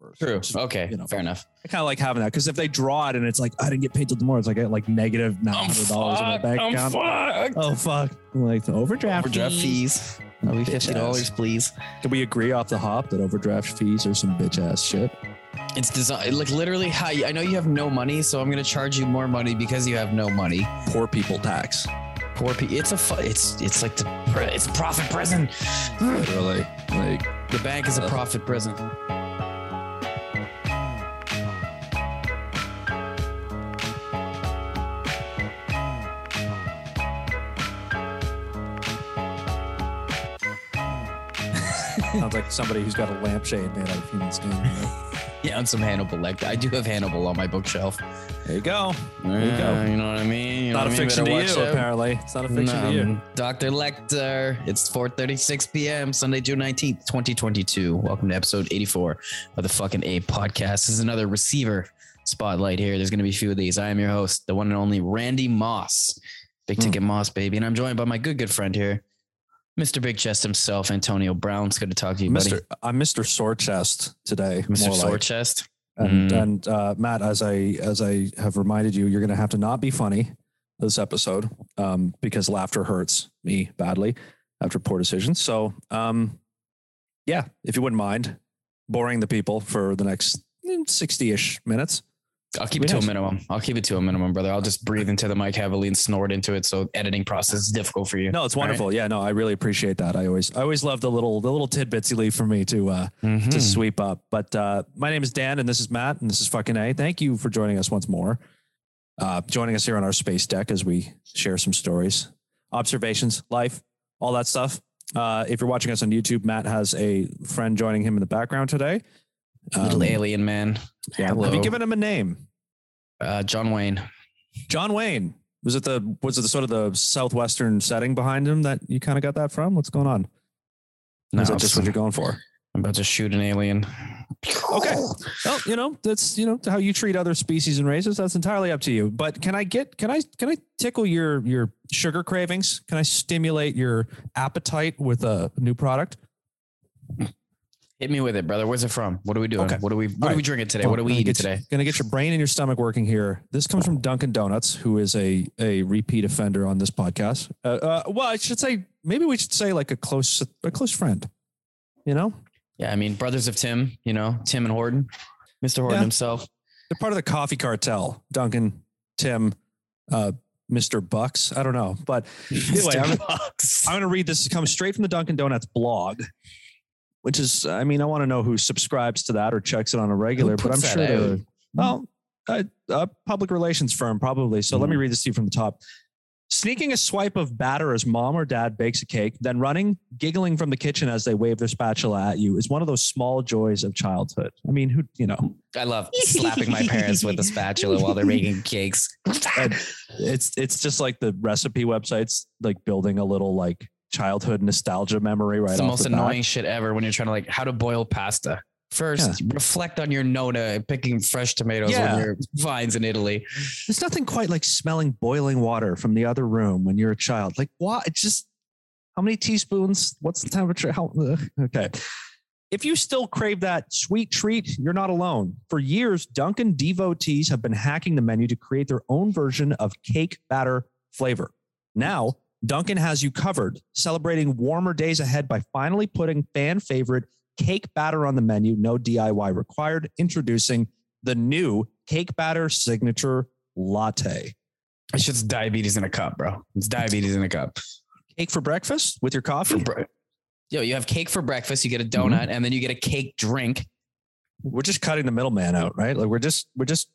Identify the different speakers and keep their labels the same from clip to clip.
Speaker 1: numbers.
Speaker 2: True.
Speaker 1: Which is,
Speaker 2: Okay.
Speaker 1: you know.
Speaker 2: Fair enough.
Speaker 1: I kind of like having that because if they draw it and it's like I didn't get paid till tomorrow, it's like I get like negative nine hundred dollars in my bank
Speaker 2: I'm
Speaker 1: account.
Speaker 2: fucked.
Speaker 1: Oh fuck! I'm like the overdraft.
Speaker 2: Overdraft fees. That'll be
Speaker 1: Bitch
Speaker 2: fifty
Speaker 1: ass.
Speaker 2: dollars, please.
Speaker 1: Can we agree off the hop that overdraft fees are some bitch ass shit?
Speaker 2: It's designed like literally. Hi, I know you have no money, so I'm gonna charge you more money because you have no money.
Speaker 1: Poor people tax.
Speaker 2: Poor people. It's a. Fu- it's it's like the. pri- It's profit prison.
Speaker 1: Literally, like
Speaker 2: The bank is a profit prison.
Speaker 1: sounds like somebody who's got a lampshade made out of human skin. you know?
Speaker 2: Yeah, and some Hannibal lecter. I do have Hannibal on my bookshelf.
Speaker 1: There you go. you go.
Speaker 2: Yeah, you know what I mean. You know
Speaker 1: not a
Speaker 2: what I mean?
Speaker 1: fiction to
Speaker 2: Better
Speaker 1: you,
Speaker 2: watch out.
Speaker 1: apparently. It's not a fiction to you.
Speaker 2: Um, Dr. Lecter. It's 4:36 p.m. Sunday, June 19th, 2022. Welcome to episode 84 of the fucking Ape podcast. This is another receiver spotlight here. There's going to be a few of these. I am your host, the one and only Randy Moss. Big
Speaker 1: Hmm.
Speaker 2: ticket Moss baby, and I'm joined by my good good friend here, Mr. Big Chest himself, Antonio Brown. It's good to talk to you,
Speaker 1: Mr.
Speaker 2: buddy.
Speaker 1: I'm Mr. Sorechest today.
Speaker 2: Mr.
Speaker 1: more like.
Speaker 2: Sorechest.
Speaker 1: And,
Speaker 2: Mm.
Speaker 1: and uh, Matt, as I as I have reminded you, you're going to have to not be funny this episode um, because laughter hurts me badly after poor decisions. So, um, yeah, if you wouldn't mind boring the people for the next mm, sixty-ish minutes,
Speaker 2: I'll keep it to a
Speaker 1: Yes.
Speaker 2: minimum. I'll keep it to a minimum, brother. I'll just breathe into the mic heavily and snort into it. So editing process is difficult for you.
Speaker 1: no, it's
Speaker 2: All right.
Speaker 1: wonderful. Yeah, no, I really appreciate that. I always I always love the little the little tidbits you leave for me to uh,
Speaker 2: Mhm.
Speaker 1: to sweep up. But uh, my name is Dan, and this is Matt, and this is fucking A. Thank you for joining us once more. Uh, joining us here on our space deck as we share some stories, observations, life, all that stuff. Uh, if you're watching us on YouTube, Matt has a friend joining him in the background today.
Speaker 2: Little
Speaker 1: Um,
Speaker 2: alien man.
Speaker 1: yeah, Have
Speaker 2: hello.
Speaker 1: you given him a name?
Speaker 2: Uh, John Wayne.
Speaker 1: John Wayne. Was it the was it the sort of the southwestern setting behind him that you kind of got that from? What's going on?
Speaker 2: No,
Speaker 1: Is that just what you're going for?
Speaker 2: I'm about to shoot an alien.
Speaker 1: Okay. Well, you know, that's you know how you treat other species and races. That's entirely up to you. But can I get can I can I tickle your your sugar cravings? Can I stimulate your appetite with a new product?
Speaker 2: Hit me with it, brother. Where's it from? What are we doing?
Speaker 1: Okay.
Speaker 2: What are we what
Speaker 1: All
Speaker 2: are we
Speaker 1: right.
Speaker 2: drinking today? What are we
Speaker 1: Gonna
Speaker 2: eating
Speaker 1: get
Speaker 2: today?
Speaker 1: You, gonna get your brain and your stomach working here. This comes from Dunkin' Donuts, who is a a repeat offender on this podcast. Uh, uh, well, I should say maybe we should say like a close a close friend. You know,
Speaker 2: Yeah, I mean, brothers of Tim, you know, Tim and Horton. Mr. Horton
Speaker 1: Yeah.
Speaker 2: himself.
Speaker 1: They're part of the coffee cartel. Duncan, Tim, uh, Mr. Bucks. I don't know, but anyway,
Speaker 2: Mr.
Speaker 1: I'm,
Speaker 2: Fox.
Speaker 1: I'm going to read this. It comes straight from the Dunkin' Donuts blog, which is, I mean, I want to know who subscribes to that or checks it on a regular, but I'm
Speaker 2: puts
Speaker 1: sure
Speaker 2: that
Speaker 1: they're,
Speaker 2: out?
Speaker 1: well, a, a public relations firm probably. So
Speaker 2: Mm-hmm.
Speaker 1: let me read this to you from the top. Sneaking a swipe of batter as mom or dad bakes a cake, then running, giggling from the kitchen as they wave their spatula at you is one of those small joys of childhood. I mean, who, you know,
Speaker 2: I love slapping my parents with a spatula while they're making cakes.
Speaker 1: And- it's it's just like the recipe websites like building a little like childhood nostalgia memory right
Speaker 2: it's the
Speaker 1: off
Speaker 2: most
Speaker 1: the bat.
Speaker 2: annoying shit ever when you're trying to like how to boil pasta. First, reflect on your Nona and picking fresh tomatoes
Speaker 1: Yeah.
Speaker 2: on your vines in Italy.
Speaker 1: There's nothing quite like smelling boiling water from the other room when you're a child. Like, what? It's just how many teaspoons? What's the temperature? How? ugh, okay. If you still crave that sweet treat, you're not alone. For years, Dunkin' devotees have been hacking the menu to create their own version of cake batter flavor. Now, Dunkin' has you covered, celebrating warmer days ahead by finally putting fan favorite cake batter on the menu, no DIY required, introducing the new cake batter signature latte.
Speaker 2: It's just diabetes in a cup, bro. It's diabetes in a cup.
Speaker 1: Cake for Mm-hmm. breakfast with your
Speaker 2: for
Speaker 1: coffee,
Speaker 2: bre- Yo, you have cake for breakfast, you get a donut, and then you get a cake drink.
Speaker 1: we're just cutting the middleman out, right? Like we're just we're just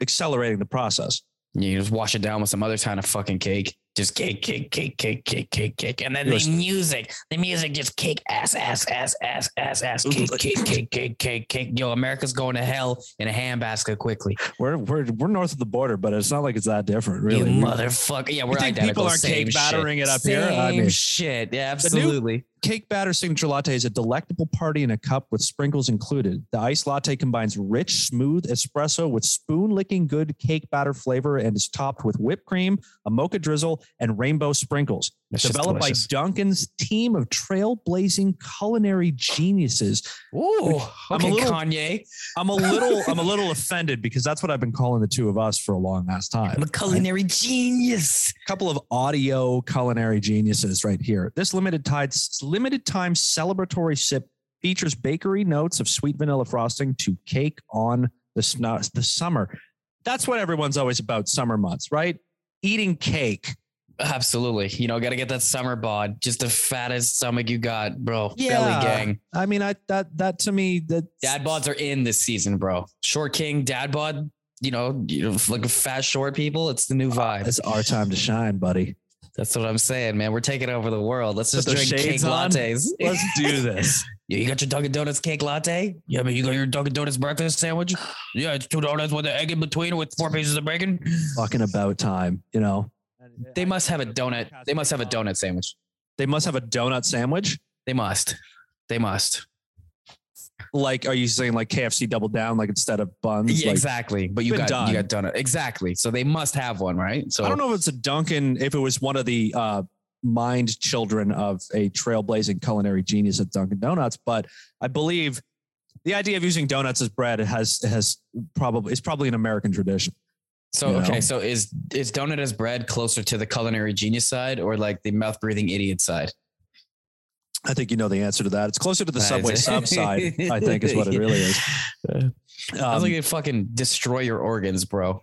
Speaker 1: accelerating the process.
Speaker 2: You just wash it down with some other kind of fucking cake. Just cake, cake, cake, cake, cake, cake, cake. And then
Speaker 1: You're
Speaker 2: the music. The music just cake, ass, ass, ass, ass, ass, ass, cake, cake, cake, cake, cake, cake. Yo, America's going to hell in a handbasket quickly.
Speaker 1: We're we're we're north of the border, but it's not like it's that different,
Speaker 2: You
Speaker 1: really.
Speaker 2: motherfucker. Yeah, we're
Speaker 1: think people
Speaker 2: identical.
Speaker 1: aren't
Speaker 2: Same
Speaker 1: cake battering
Speaker 2: shit.
Speaker 1: it up
Speaker 2: Same
Speaker 1: here? I mean-
Speaker 2: shit. Yeah,
Speaker 1: The new-
Speaker 2: absolutely.
Speaker 1: Cake batter signature latte is a delectable party in a cup with sprinkles included. The iced latte combines rich, smooth espresso with spoon licking good cake batter flavor and is topped with whipped cream, a mocha drizzle, and rainbow sprinkles.
Speaker 2: It's just
Speaker 1: developed by
Speaker 2: delicious.
Speaker 1: Duncan's team of trailblazing culinary geniuses.
Speaker 2: Ooh,
Speaker 1: I'm
Speaker 2: okay,
Speaker 1: a little-
Speaker 2: Kanye.
Speaker 1: I'm a little I'm a little offended because that's what I've been calling the two of us for a long ass time.
Speaker 2: I'm a culinary genius.
Speaker 1: couple of audio culinary geniuses right here. This limited time, limited time celebratory sip features bakery notes of sweet vanilla frosting to cake on the snu- the summer. That's what everyone's always about summer months, right? Eating cake.
Speaker 2: Absolutely. You know, got to get that summer bod. Just the fattest stomach you got, bro.
Speaker 1: Yeah.
Speaker 2: Belly gang.
Speaker 1: I mean, I that that to me that
Speaker 2: Dad bods are in this season, bro. Short king, dad bod. You know, you know, like fat short people. It's the new vibe.
Speaker 1: Uh, It's our time to shine, buddy.
Speaker 2: That's what I'm saying, man. We're taking over the world. Let's
Speaker 1: Put
Speaker 2: just
Speaker 1: the
Speaker 2: drink cake
Speaker 1: shades on.
Speaker 2: lattes.
Speaker 1: Let's do this.
Speaker 2: Yeah, you got your Dunkin' Donuts cake latte. Yeah, I mean, you got your Dunkin' Donuts breakfast sandwich. Yeah, it's two donuts with an egg in between with four pieces of bacon.
Speaker 1: Fucking about time, you know.
Speaker 2: They must have a donut. They must have a donut sandwich.
Speaker 1: They must have a donut sandwich.
Speaker 2: They must. They must.
Speaker 1: Like, are you saying like KFC double down? Like instead of buns,
Speaker 2: Yeah,
Speaker 1: like
Speaker 2: exactly. But you
Speaker 1: been
Speaker 2: got
Speaker 1: done.
Speaker 2: you got donut. Exactly. So they must have one, right? So
Speaker 1: I don't know if it's a Duncan, if it was one of the uh, mind children of a trailblazing culinary genius at Dunkin' Donuts, but I believe the idea of using donuts as bread has has probably it's probably an American tradition.
Speaker 2: So
Speaker 1: You know?
Speaker 2: okay, so is is donut as bread closer to the culinary genius side or like the mouth breathing idiot side?
Speaker 1: I think you know the answer to that. It's closer to the
Speaker 2: That is
Speaker 1: subway
Speaker 2: it.
Speaker 1: sub side, I think, is what it really is.
Speaker 2: I
Speaker 1: Um,
Speaker 2: was like, you fucking destroy your organs, bro.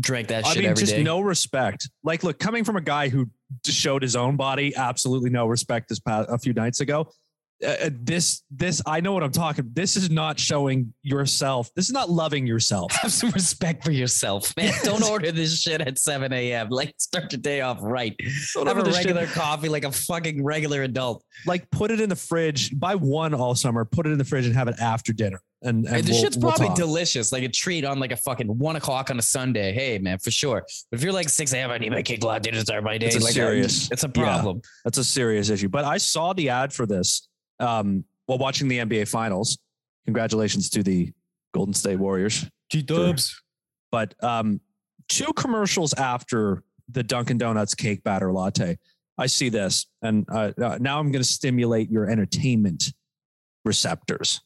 Speaker 2: Drank that
Speaker 1: I
Speaker 2: shit
Speaker 1: mean,
Speaker 2: every
Speaker 1: just
Speaker 2: day.
Speaker 1: no respect. Like, look, coming from a guy who just showed his own body absolutely no respect this past a few nights ago. uh, Uh, this, this, I know what I'm talking. This is not showing yourself. This is not loving yourself.
Speaker 2: have some respect for yourself, man. Don't order this shit at 7 a.m. Like, start your day off right.
Speaker 1: Don't
Speaker 2: Have a
Speaker 1: order this shit.
Speaker 2: regular coffee like a fucking regular adult.
Speaker 1: Like, put it in the fridge. Buy one all summer. Put it in the fridge and have it after dinner. And, and
Speaker 2: And this
Speaker 1: we'll-
Speaker 2: shit's
Speaker 1: we'll
Speaker 2: probably
Speaker 1: talk.
Speaker 2: delicious, like a treat on like a fucking one o'clock on a Sunday. Hey, man, for sure. But if you're like 6 a.m., I need my cake latte to start my day.
Speaker 1: It's a
Speaker 2: like,
Speaker 1: serious-
Speaker 2: It's a
Speaker 1: yeah.
Speaker 2: problem.
Speaker 1: That's a serious issue. But I saw the ad for this um, while watching the NBA Finals. Congratulations to the Golden State Warriors.
Speaker 2: G
Speaker 1: Dubs. But um, two commercials after the Dunkin' Donuts cake batter latte, I see this, and uh, uh, now I'm going to stimulate your entertainment receptors,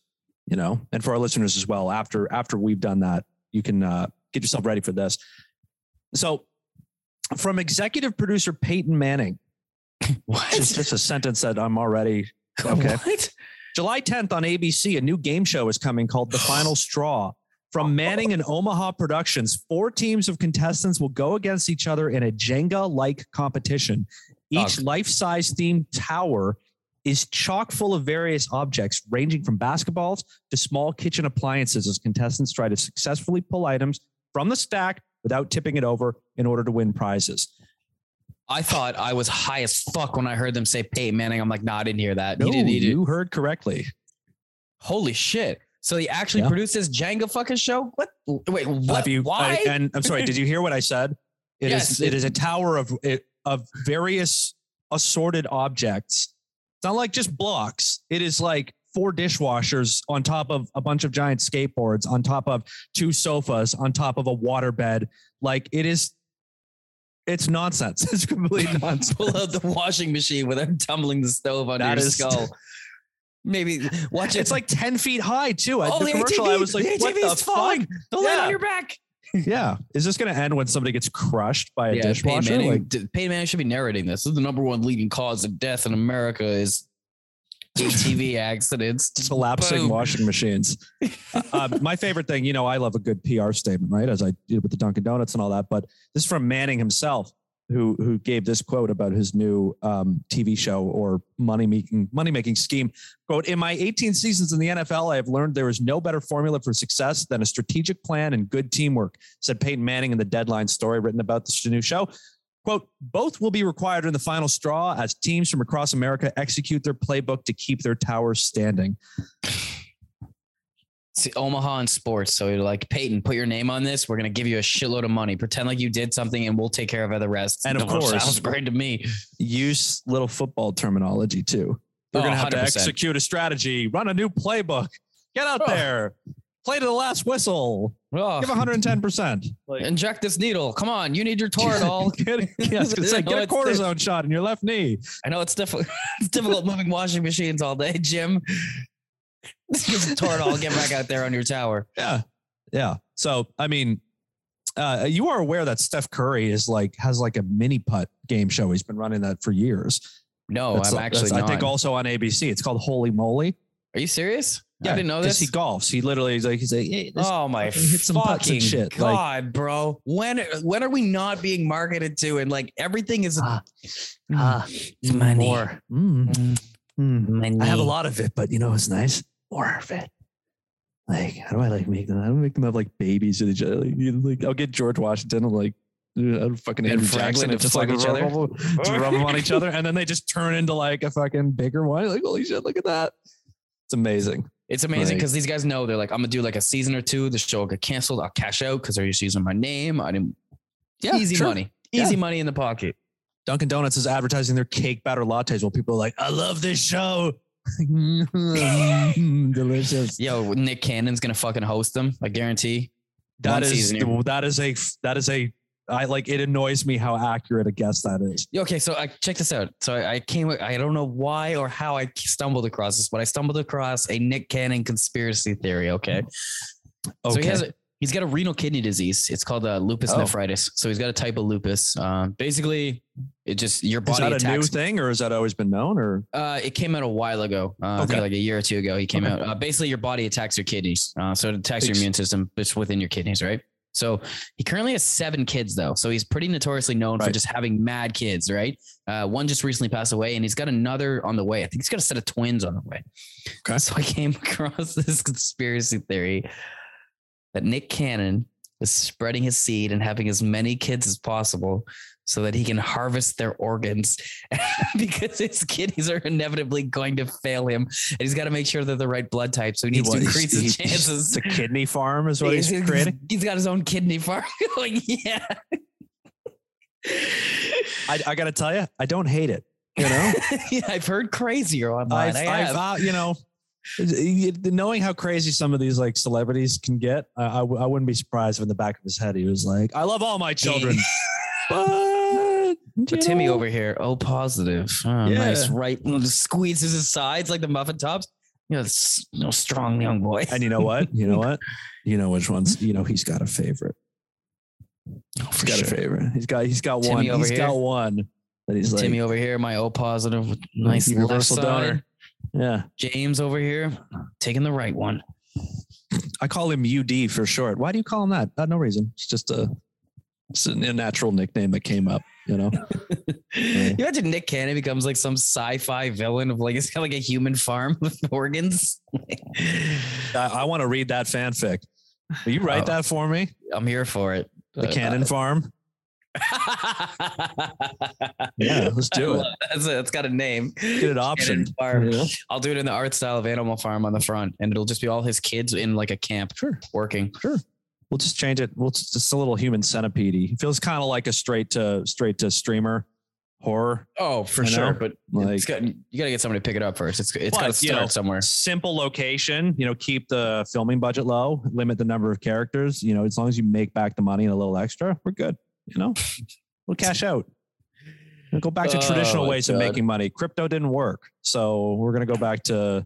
Speaker 1: you know, and for our listeners as well. After after we've done that, you can uh, get yourself ready for this. So, from executive producer Peyton Manning,
Speaker 2: What?
Speaker 1: just, just a sentence that I'm already okay.
Speaker 2: What?
Speaker 1: July 10th on ABC, a new game show is coming called The Final Straw. From Manning and Omaha Productions, four teams of contestants will go against each other in a Jenga like competition. Each
Speaker 2: Fuck.
Speaker 1: life size themed tower is chock full of various objects, ranging from basketballs to small kitchen appliances, as contestants try to successfully pull items from the stack without tipping it over in order to win prizes.
Speaker 2: I thought I was high as fuck when I heard them say Peyton Manning. I'm like, nah, I didn't hear that.
Speaker 1: No,
Speaker 2: he didn't, he didn't.
Speaker 1: you heard correctly.
Speaker 2: Holy shit. So he actually
Speaker 1: Yeah.
Speaker 2: produced this Jenga fucking show? What? Wait, what?
Speaker 1: Have you-
Speaker 2: Why?
Speaker 1: I- and I'm sorry, did you hear what I said? It is
Speaker 2: Yes.
Speaker 1: it is a tower of it, of various assorted objects. It's not like just blocks. It is like four dishwashers on top of a bunch of giant skateboards, on top of two sofas, on top of a waterbed. Like it is it's nonsense. It's complete nonsense.
Speaker 2: pull out the washing machine without tumbling the stove under
Speaker 1: That
Speaker 2: your
Speaker 1: is-
Speaker 2: skull. Maybe watch it.
Speaker 1: It's like 10 feet high too. At
Speaker 2: Oh,
Speaker 1: the,
Speaker 2: the
Speaker 1: commercial,
Speaker 2: ATV
Speaker 1: I was like,
Speaker 2: the
Speaker 1: what
Speaker 2: ATV
Speaker 1: the
Speaker 2: is falling.
Speaker 1: fuck?
Speaker 2: Don't land
Speaker 1: Yeah.
Speaker 2: on your back.
Speaker 1: Yeah. Is this going to end when somebody gets crushed by a
Speaker 2: Yeah, Peyton
Speaker 1: dishwasher?
Speaker 2: Manning,
Speaker 1: Like,
Speaker 2: d- Peyton Manning should be narrating this. This is the number one leading cause of death in America is ATV accidents. Just
Speaker 1: collapsing
Speaker 2: Boom.
Speaker 1: washing machines. uh, my favorite thing, you know, I love a good PR statement, right? As I did with the Dunkin' Donuts and all that. But this is from Manning himself, who who gave this quote about his new um, TV show or money making money making scheme. Quote: In my 18 seasons in the NFL, I have learned there is no better formula for success than a strategic plan and good teamwork," said Peyton Manning in the Deadline story written about this new show. Quote, both will be required in the final straw as teams from across America execute their playbook to keep their towers standing.
Speaker 2: It's Omaha and sports. So you're like, Peyton, put your name on this. We're gonna give you a shitload of money. Pretend like you did something, and we'll take care of the rest.
Speaker 1: And of
Speaker 2: That
Speaker 1: course-
Speaker 2: sounds great to me.
Speaker 1: use little football terminology too. They're
Speaker 2: Oh,
Speaker 1: going to have to
Speaker 2: 100%.
Speaker 1: execute a strategy, run a new playbook, get out
Speaker 2: Oh.
Speaker 1: there, play to the last whistle.
Speaker 2: Oh,
Speaker 1: Give 110%.
Speaker 2: inject this needle. Come on, you need your Toradol.
Speaker 1: get, yeah, I was gonna say, get a
Speaker 2: No, it's-
Speaker 1: cortisone shot in your left knee.
Speaker 2: I know it's difficult. it's difficult moving washing machines all day, Jim. Just Give some Toradol. Get back out there on your tower.
Speaker 1: Yeah. Yeah. So, I mean, uh, you are aware that Steph Curry is like, has like a mini putt game show. He's been running that for years.
Speaker 2: No,
Speaker 1: That's-
Speaker 2: Oh, I'm actually
Speaker 1: that's,
Speaker 2: not.
Speaker 1: I think also on ABC. It's called Holy Moly.
Speaker 2: Are you serious? I didn't know
Speaker 1: 'cause He
Speaker 2: this.
Speaker 1: golfs. He literally is like, he's like, hey, this-
Speaker 2: oh my
Speaker 1: fucking hit some putts
Speaker 2: fucking
Speaker 1: and shit, like-
Speaker 2: god, bro! When when are we not being marketed to and like everything is
Speaker 1: Ah,
Speaker 2: Mm,
Speaker 1: mm, more. Mm,
Speaker 2: Mm,
Speaker 1: mm.
Speaker 2: money.
Speaker 1: I have a lot of it, but you know what's nice? More of it. Like, how do I like make them? I don't make them have like babies with each other. Like, you- like, I'll get George Washington and like uh, fucking
Speaker 2: And
Speaker 1: Andrew Jackson
Speaker 2: Franklin to
Speaker 1: and just like
Speaker 2: fuck each other?
Speaker 1: rub, them- just rub them on each other, and then they just turn into like a fucking bigger one. Like, holy shit, look at that! It's amazing.
Speaker 2: It's
Speaker 1: Like-
Speaker 2: amazing because these guys know they're like, I'm gonna do like a season or two. The show will get canceled. I'll cash out because they're just using my name. I didn't.
Speaker 1: Yeah,
Speaker 2: easy
Speaker 1: sure.
Speaker 2: money.
Speaker 1: Yeah.
Speaker 2: Easy money in the pocket.
Speaker 1: Dunkin' Donuts is advertising their cake batter lattes while people are like, "I love this show." Delicious.
Speaker 2: Yo, Nick Cannon's gonna fucking host them. I guarantee. One
Speaker 1: That is
Speaker 2: season here.
Speaker 1: that is a that is a I like it annoys me how accurate a guess that is.
Speaker 2: Yeah, Okay, so I check this out. So I, I came. I don't know why or how I stumbled across this, but I stumbled across a Nick Cannon conspiracy theory. Okay, so he has a, he's got a renal kidney disease. It's called uh, lupus
Speaker 1: Oh.
Speaker 2: nephritis. So he's got a type of lupus. Um, basically, it just your
Speaker 1: is
Speaker 2: body
Speaker 1: that a new
Speaker 2: attacks.
Speaker 1: thing or has that always been known or
Speaker 2: Uh, it came out a while ago. Uh, I think
Speaker 1: Okay.
Speaker 2: like a year or two ago, he came
Speaker 1: Okay.
Speaker 2: out. Uh, basically, your body attacks your kidneys, uh, so it attacks your
Speaker 1: Thanks.
Speaker 2: immune system, but it's within your kidneys, right? So he currently has seven kids, though. So he's pretty notoriously known for
Speaker 1: Right.
Speaker 2: just having mad kids, right? Uh, one just recently passed away, and he's got another on the way. I think he's got a set of twins on the way.
Speaker 1: Okay.
Speaker 2: So I came across this conspiracy theory that Nick Cannon is spreading his seed and having as many kids as possible so that he can harvest their organs because his kidneys are inevitably going to fail him and he's got to make sure they're the right blood type so he needs to increase his
Speaker 1: It's
Speaker 2: chances
Speaker 1: a kidney farm is what he's, creating.
Speaker 2: he's got his own kidney farm going yeah
Speaker 1: I, I gotta tell you, I don't hate it. You know,
Speaker 2: yeah i've heard crazier online
Speaker 1: I've,
Speaker 2: i
Speaker 1: I've
Speaker 2: have
Speaker 1: uh, you know, knowing how crazy some of these like celebrities can get, I I, w- I wouldn't be surprised if in the back of his head he was like, "I love all my children," but,
Speaker 2: but Timmy over here, oh positive, oh,
Speaker 1: Yeah.
Speaker 2: nice, right? and Just squeezes his sides like the muffin tops. You know, s- you know, strong young boy.
Speaker 1: And you know what? You know what? You know which ones? You know he's got a favorite. He's got a favorite. He's got he's got
Speaker 2: Timmy
Speaker 1: one.
Speaker 2: over
Speaker 1: He's
Speaker 2: here.
Speaker 1: got one that he's like
Speaker 2: Timmy over here, my O positive, with nice
Speaker 1: universal
Speaker 2: left side.
Speaker 1: donor. Yeah,
Speaker 2: James over here, taking the right one.
Speaker 1: I call him UD for short. Why do you call him that? Uh, no reason. It's just a it's a natural nickname that came up. You know,
Speaker 2: You imagine Nick Cannon becomes like some sci-fi villain of like it's kind of like a human farm with organs.
Speaker 1: I, I want to read that fanfic. Will you write
Speaker 2: Oh. Uh,
Speaker 1: that for me?
Speaker 2: I'm here for it.
Speaker 1: The Cannon Farm. Yeah, let's do it.
Speaker 2: That's, that's got a name.
Speaker 1: Get it option.
Speaker 2: Cannon Farm. I'll do it in the art style of Animal Farm on the front, and it'll just be all his kids in like a camp
Speaker 1: Sure.
Speaker 2: working.
Speaker 1: We'll just change it. We'll just, just a little human centipede. It feels kind of like a straight to straight to streamer horror.
Speaker 2: Oh, for
Speaker 1: I
Speaker 2: sure.
Speaker 1: know.
Speaker 2: But
Speaker 1: Like
Speaker 2: it's got, you got to get somebody to pick it up first. It's it's
Speaker 1: But,
Speaker 2: got to
Speaker 1: you
Speaker 2: start
Speaker 1: know,
Speaker 2: somewhere.
Speaker 1: simple location, you know, keep the filming budget low, limit the number of characters, you know, as long as you make back the money and a little extra, we're good. You know, we'll cash out. We'll go back to
Speaker 2: Oh,
Speaker 1: traditional
Speaker 2: my
Speaker 1: ways
Speaker 2: God.
Speaker 1: of making money. Crypto didn't work. So we're going to go back to,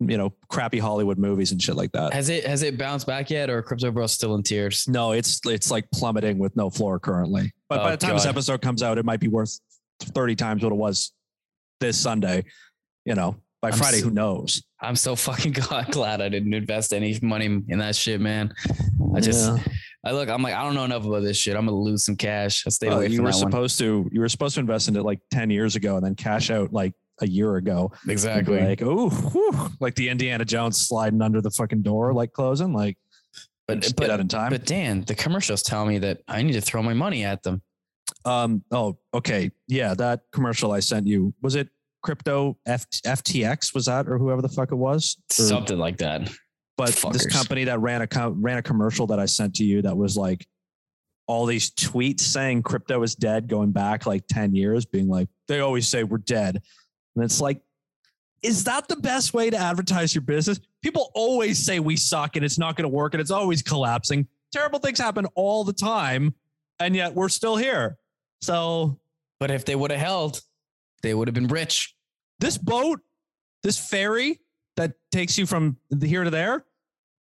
Speaker 1: you know, crappy Hollywood movies and shit like that.
Speaker 2: Has it has it bounced back yet, or Crypto Bro still in tears?
Speaker 1: No, it's, it's like plummeting with no floor currently. But
Speaker 2: Oh,
Speaker 1: by the time this
Speaker 2: God.
Speaker 1: episode comes out, it might be worth 30 times what it was this Sunday, you know, by
Speaker 2: I'm
Speaker 1: Friday,
Speaker 2: s-
Speaker 1: who knows?
Speaker 2: I'm so fucking god, glad I didn't invest any money in that shit, man. I just
Speaker 1: Yeah.
Speaker 2: I look, I'm like, I don't know enough about this shit. I'm gonna lose some cash. I stayed
Speaker 1: Well,
Speaker 2: away
Speaker 1: you
Speaker 2: from
Speaker 1: were
Speaker 2: that one.
Speaker 1: supposed to you were supposed to invest in it like 10 years ago and then cash out like a year ago And be like oh whew, like the indiana jones sliding under the fucking door like closing like
Speaker 2: But-
Speaker 1: just
Speaker 2: but-
Speaker 1: get out in time
Speaker 2: But Dan, the commercials tell me that I need to throw my money at them.
Speaker 1: um oh okay yeah that commercial i sent you was it crypto F- ftx was that or whoever the fuck it was Or-
Speaker 2: Something like that.
Speaker 1: but this
Speaker 2: Fuckers.
Speaker 1: company that ran a com- ran a commercial that I sent to you that was like all these tweets saying crypto is dead going back like 10 years being like they always say we're dead and it's like Is that the best way to advertise your business? People always say we suck and it's not going to work and it's always collapsing. Terrible things happen all the time, and yet we're still here. So
Speaker 2: But if they would have held, they would have been rich.
Speaker 1: this boat, this ferry that takes you from here to there,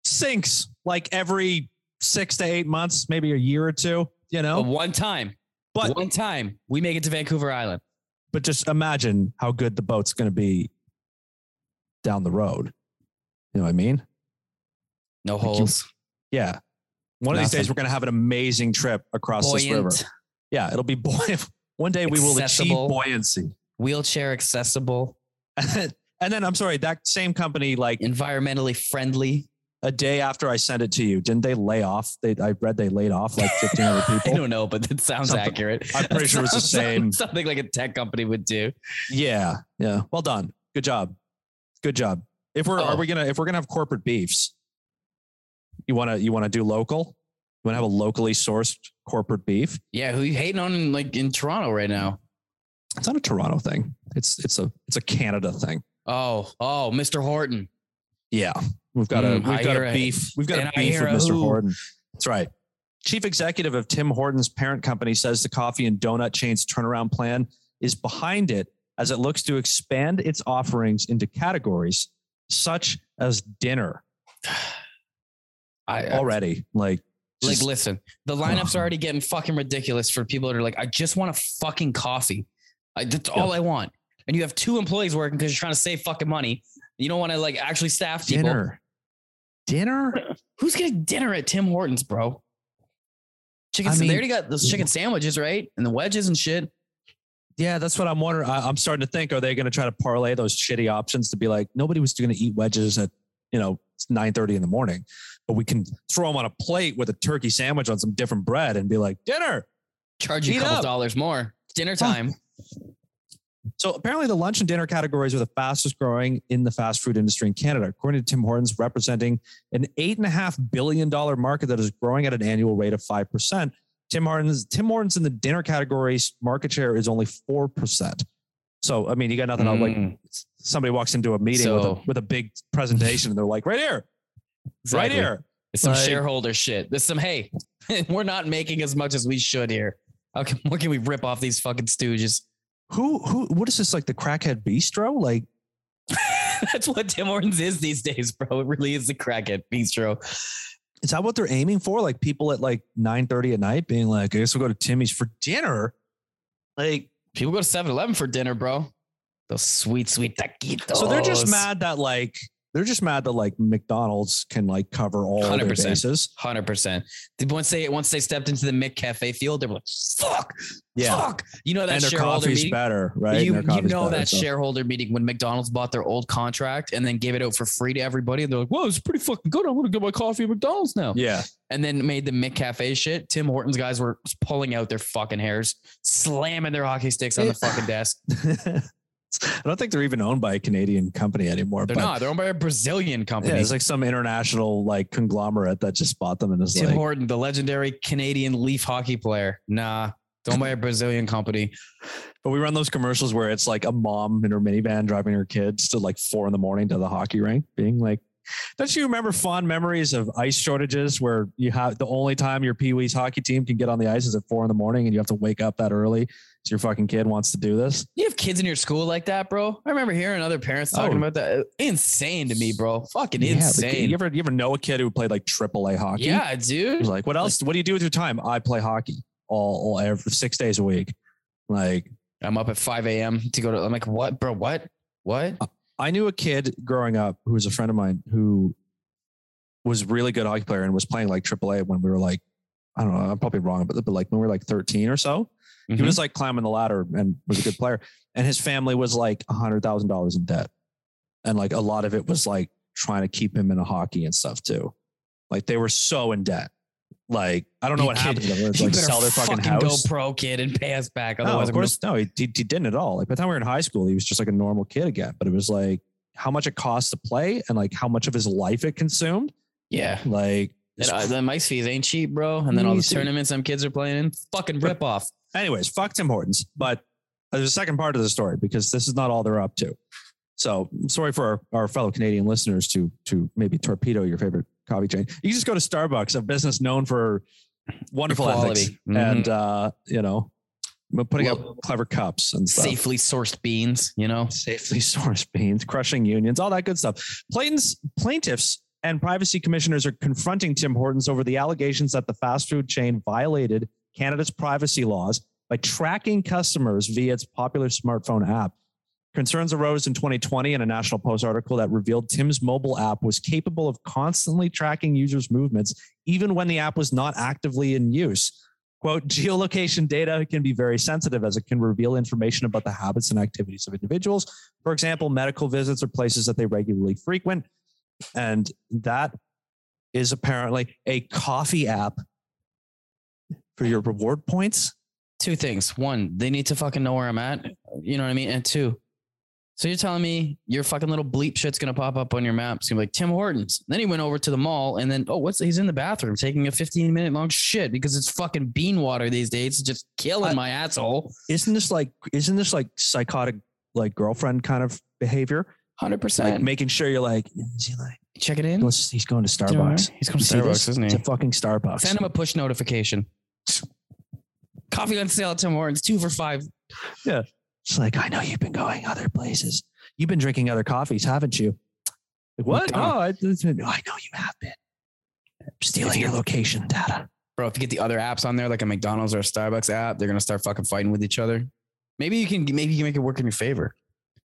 Speaker 1: sinks like every six to eight months, maybe a year or two. You know,
Speaker 2: But one time,
Speaker 1: But-
Speaker 2: one time we make it to Vancouver Island.
Speaker 1: but just imagine how good the boat's going to be down the road. You know what I mean?
Speaker 2: No
Speaker 1: you.
Speaker 2: holes.
Speaker 1: Yeah. One of these
Speaker 2: Nothing.
Speaker 1: days, we're going to have an amazing trip across this river.
Speaker 2: Buoyant,
Speaker 1: Yeah, it'll be buoyant. One day we will achieve
Speaker 2: Accessible.
Speaker 1: buoyancy.
Speaker 2: wheelchair accessible,
Speaker 1: and then I'm sorry, that same company, like
Speaker 2: environmentally friendly.
Speaker 1: a day after I sent it to you, didn't they lay off? They, I read they laid off like 1,500
Speaker 2: I
Speaker 1: people.
Speaker 2: don't know, but that sounds
Speaker 1: Something-
Speaker 2: accurate.
Speaker 1: I'm pretty sure it's the same.
Speaker 2: Something like a tech company would do.
Speaker 1: Yeah, yeah. Well done. Good job. Good job. If we're are
Speaker 2: Oh.
Speaker 1: we gonna if we're gonna have corporate beefs, you wanna you wanna do local? You wanna have a locally sourced corporate beef?
Speaker 2: Yeah, who you hating on in, like in Toronto right now?
Speaker 1: It's not a Toronto thing. It's it's a it's a Canada thing.
Speaker 2: Oh, oh, Mr. Horton.
Speaker 1: Yeah, we've got a
Speaker 2: Mm, I
Speaker 1: we've got
Speaker 2: hear
Speaker 1: a
Speaker 2: a-
Speaker 1: beef. We've got
Speaker 2: and
Speaker 1: a
Speaker 2: I
Speaker 1: beef
Speaker 2: hear
Speaker 1: with
Speaker 2: a
Speaker 1: Mr.
Speaker 2: who.
Speaker 1: Horton. That's right. Chief executive of Tim Horton's parent company says the coffee and donut chain's turnaround plan is behind it as it looks to expand its offerings into categories such as dinner.
Speaker 2: I,
Speaker 1: already. Like, Oh,
Speaker 2: Like,
Speaker 1: just- Oh.
Speaker 2: listen, the lineups are already getting fucking ridiculous for people that are like, I just want a fucking coffee. I, that's all I want. And you have two employees working because you're trying to save fucking money. You don't want to like actually staff people.
Speaker 1: dinner. Dinner?
Speaker 2: Who's getting dinner at Tim Hortons, bro? Chicken.
Speaker 1: I mean-
Speaker 2: they already got those chicken sandwiches, right? And the wedges and shit.
Speaker 1: Yeah, that's what I'm wondering. I, I'm starting to think: Are they going to try to parlay those shitty options to be like nobody was going to eat wedges at you know 9:30 in the morning, but we can throw them on a plate with a turkey sandwich on some different bread and be like dinner.
Speaker 2: Charge you
Speaker 1: Heat
Speaker 2: a couple
Speaker 1: up.
Speaker 2: dollars more. Dinner
Speaker 1: Fuck.
Speaker 2: time.
Speaker 1: So apparently, the lunch and dinner categories are the fastest growing in the fast food industry in Canada, according to Tim Hortons, representing an eight and a half billion dollar market that is growing at an annual rate of five percent. Tim Hortons, Tim Hortons in the dinner category's market share is only four percent. So I mean, you got nothing else. Like
Speaker 2: Mm,
Speaker 1: somebody walks into a meeting with,
Speaker 2: So-
Speaker 1: a, with a big presentation, and they're like, "Right here, right
Speaker 2: exactly.
Speaker 1: here."
Speaker 2: It's some
Speaker 1: Like-
Speaker 2: shareholder shit. There's some hey, we're not making as much as we should here. How can, what can we rip off these fucking stooges?
Speaker 1: Who who? What is this like the crackhead bistro? Like
Speaker 2: That's what Tim Hortons is these days, bro. It really is the crackhead bistro.
Speaker 1: is that what they're aiming for? Like people at like nine thirty at night being like, I guess we'll go to Timmy's for dinner. Like,
Speaker 2: People go to 7 Eleven for dinner, bro. Those sweet, sweet taquitos.
Speaker 1: so they're just mad that like they're just mad that like McDonald's can like cover all their
Speaker 2: 100%.
Speaker 1: bases.
Speaker 2: 100%. They- Once they, once they stepped into the Mick Cafe field, they were like, fuck,
Speaker 1: Yeah,
Speaker 2: fuck. You know that
Speaker 1: and their
Speaker 2: shareholder
Speaker 1: coffee's
Speaker 2: meeting?
Speaker 1: better, right? And
Speaker 2: You,
Speaker 1: their
Speaker 2: you
Speaker 1: coffee's
Speaker 2: know
Speaker 1: better,
Speaker 2: that
Speaker 1: so-
Speaker 2: shareholder meeting when McDonald's bought their old contract and then gave it out for free to everybody. And they're like, whoa, it's pretty fucking good. I'm going to get my coffee at McDonald's now.
Speaker 1: Yeah,
Speaker 2: and then made the Mick Cafe shit. Tim Hortons guys were pulling out their fucking hairs, slamming their hockey sticks on the fucking desk.
Speaker 1: I don't think they're even owned by a Canadian company anymore.
Speaker 2: They're
Speaker 1: but-
Speaker 2: not. They're owned by a Brazilian
Speaker 1: Yeah,
Speaker 2: company.
Speaker 1: it's like some international like conglomerate that just bought them and is
Speaker 2: Tim
Speaker 1: like,
Speaker 2: Horton, the legendary Canadian leaf hockey player. Nah, it's owned by a Brazilian company.
Speaker 1: but we run those commercials where it's like a mom in her minivan driving her kids to like four in the morning to the hockey rink, being like, don't you remember fond memories of ice shortages where you have the only time your Pee Wee's hockey team can get on the ice is at four in the morning and you have to wake up that early so your fucking kid wants to do this?
Speaker 2: You have kids in your school like that, bro? I remember hearing other parents talking
Speaker 1: Oh.
Speaker 2: about that. Insane to me, bro. Fucking
Speaker 1: Yeah, like,
Speaker 2: insane.
Speaker 1: you ever you ever know a kid who played like AAA hockey?
Speaker 2: yeah,
Speaker 1: It
Speaker 2: dude.
Speaker 1: was like, what else? what do you do with your time? I play hockey all, all every six days a week. Like
Speaker 2: I'm up at 5 a.m. to go to. I'm like, what, bro? What? What?
Speaker 1: I knew a kid growing up who was a friend of mine who was a really good hockey player and was playing like AAA when we were like, I don't know, I'm probably wrong, but, but like when we were like 13 or so, he
Speaker 2: Mm-hmm.
Speaker 1: was like climbing the ladder and was a good player. And his family was like $100,000 in debt. And like a lot of it was like trying to keep him in a hockey and stuff too. Like they were so in debt. Like, I don't know
Speaker 2: You
Speaker 1: what
Speaker 2: kid-
Speaker 1: happened to them. whether it's,
Speaker 2: You
Speaker 1: Like
Speaker 2: better
Speaker 1: sell their fucking,
Speaker 2: go
Speaker 1: house.
Speaker 2: pro kid and pay us back.
Speaker 1: No,
Speaker 2: Otherwise,
Speaker 1: of course, no, he, he he didn't at all. Like by the time we were in high school, he was just like a normal kid again. But it was like how much it costs to play and like how much of his life it consumed.
Speaker 2: yeah.
Speaker 1: Like
Speaker 2: And, uh, the mice fees ain't cheap, bro. And then all the
Speaker 1: Easy.
Speaker 2: tournaments some kids are playing in, fucking rip off.
Speaker 1: Anyways, fuck Tim Hortons. But there's a second part of the story because this is not all they're up to. So sorry for our, our fellow Canadian listeners to to maybe torpedo your favorite coffee chain. You just go to Starbucks, a business known for wonderful
Speaker 2: Quality.
Speaker 1: ethics
Speaker 2: Mhm.
Speaker 1: and uh, you know but putting
Speaker 2: Well-
Speaker 1: up clever cups and stuff.
Speaker 2: Safely sourced beans, you know?
Speaker 1: Safely sourced beans, crushing unions, all that good stuff. Plaintiffs, plaintiffs and privacy commissioners are confronting Tim Hortons over the allegations that the fast food chain violated Canada's privacy laws by tracking customers via its popular smartphone app. Concerns arose in 2020 in a National Post article that revealed Tim's mobile app was capable of constantly tracking users' movements, even when the app was not actively in use. Quote, geolocation data can be very sensitive as it can reveal information about the habits and activities of individuals. For example, medical visits or places that they regularly frequent. And that is apparently a coffee app for your reward points.
Speaker 2: Two things. One, they need to fucking know where I'm at. You know what I mean? And two, so you're telling me your fucking little bleep shit's gonna pop up on your map. It's gonna be like Tim Hortons. Then he went over to the mall and then oh, what's he's in the bathroom taking a 15 minute long shit because it's fucking bean water these days. It's just killing
Speaker 1: I-
Speaker 2: my asshole.
Speaker 1: Isn't this like isn't this like psychotic like girlfriend kind of behavior?
Speaker 2: Hundred
Speaker 1: Like
Speaker 2: percent.
Speaker 1: making sure you're like, is he like
Speaker 2: Check it in.
Speaker 1: let's- he's going to
Speaker 2: You all right?
Speaker 1: Starbucks.
Speaker 2: He's going
Speaker 1: You
Speaker 2: to
Speaker 1: see this?
Speaker 2: Starbucks, isn't
Speaker 1: It's
Speaker 2: he?
Speaker 1: a fucking Starbucks.
Speaker 2: Send him a push notification. Coffee on sale at Tim Hortons, two for five.
Speaker 1: She's like, I know you've been going other places. You've been drinking other coffees, haven't you? Like, what?
Speaker 2: Madonna.
Speaker 1: Oh, it- it's been- oh, I know you have been. Stealing your location data.
Speaker 2: Bro, if you get the other apps on there, like a McDonald's or a Starbucks app, they're gonna start fucking fighting with each other. Maybe you can maybe you can make it work in your favor.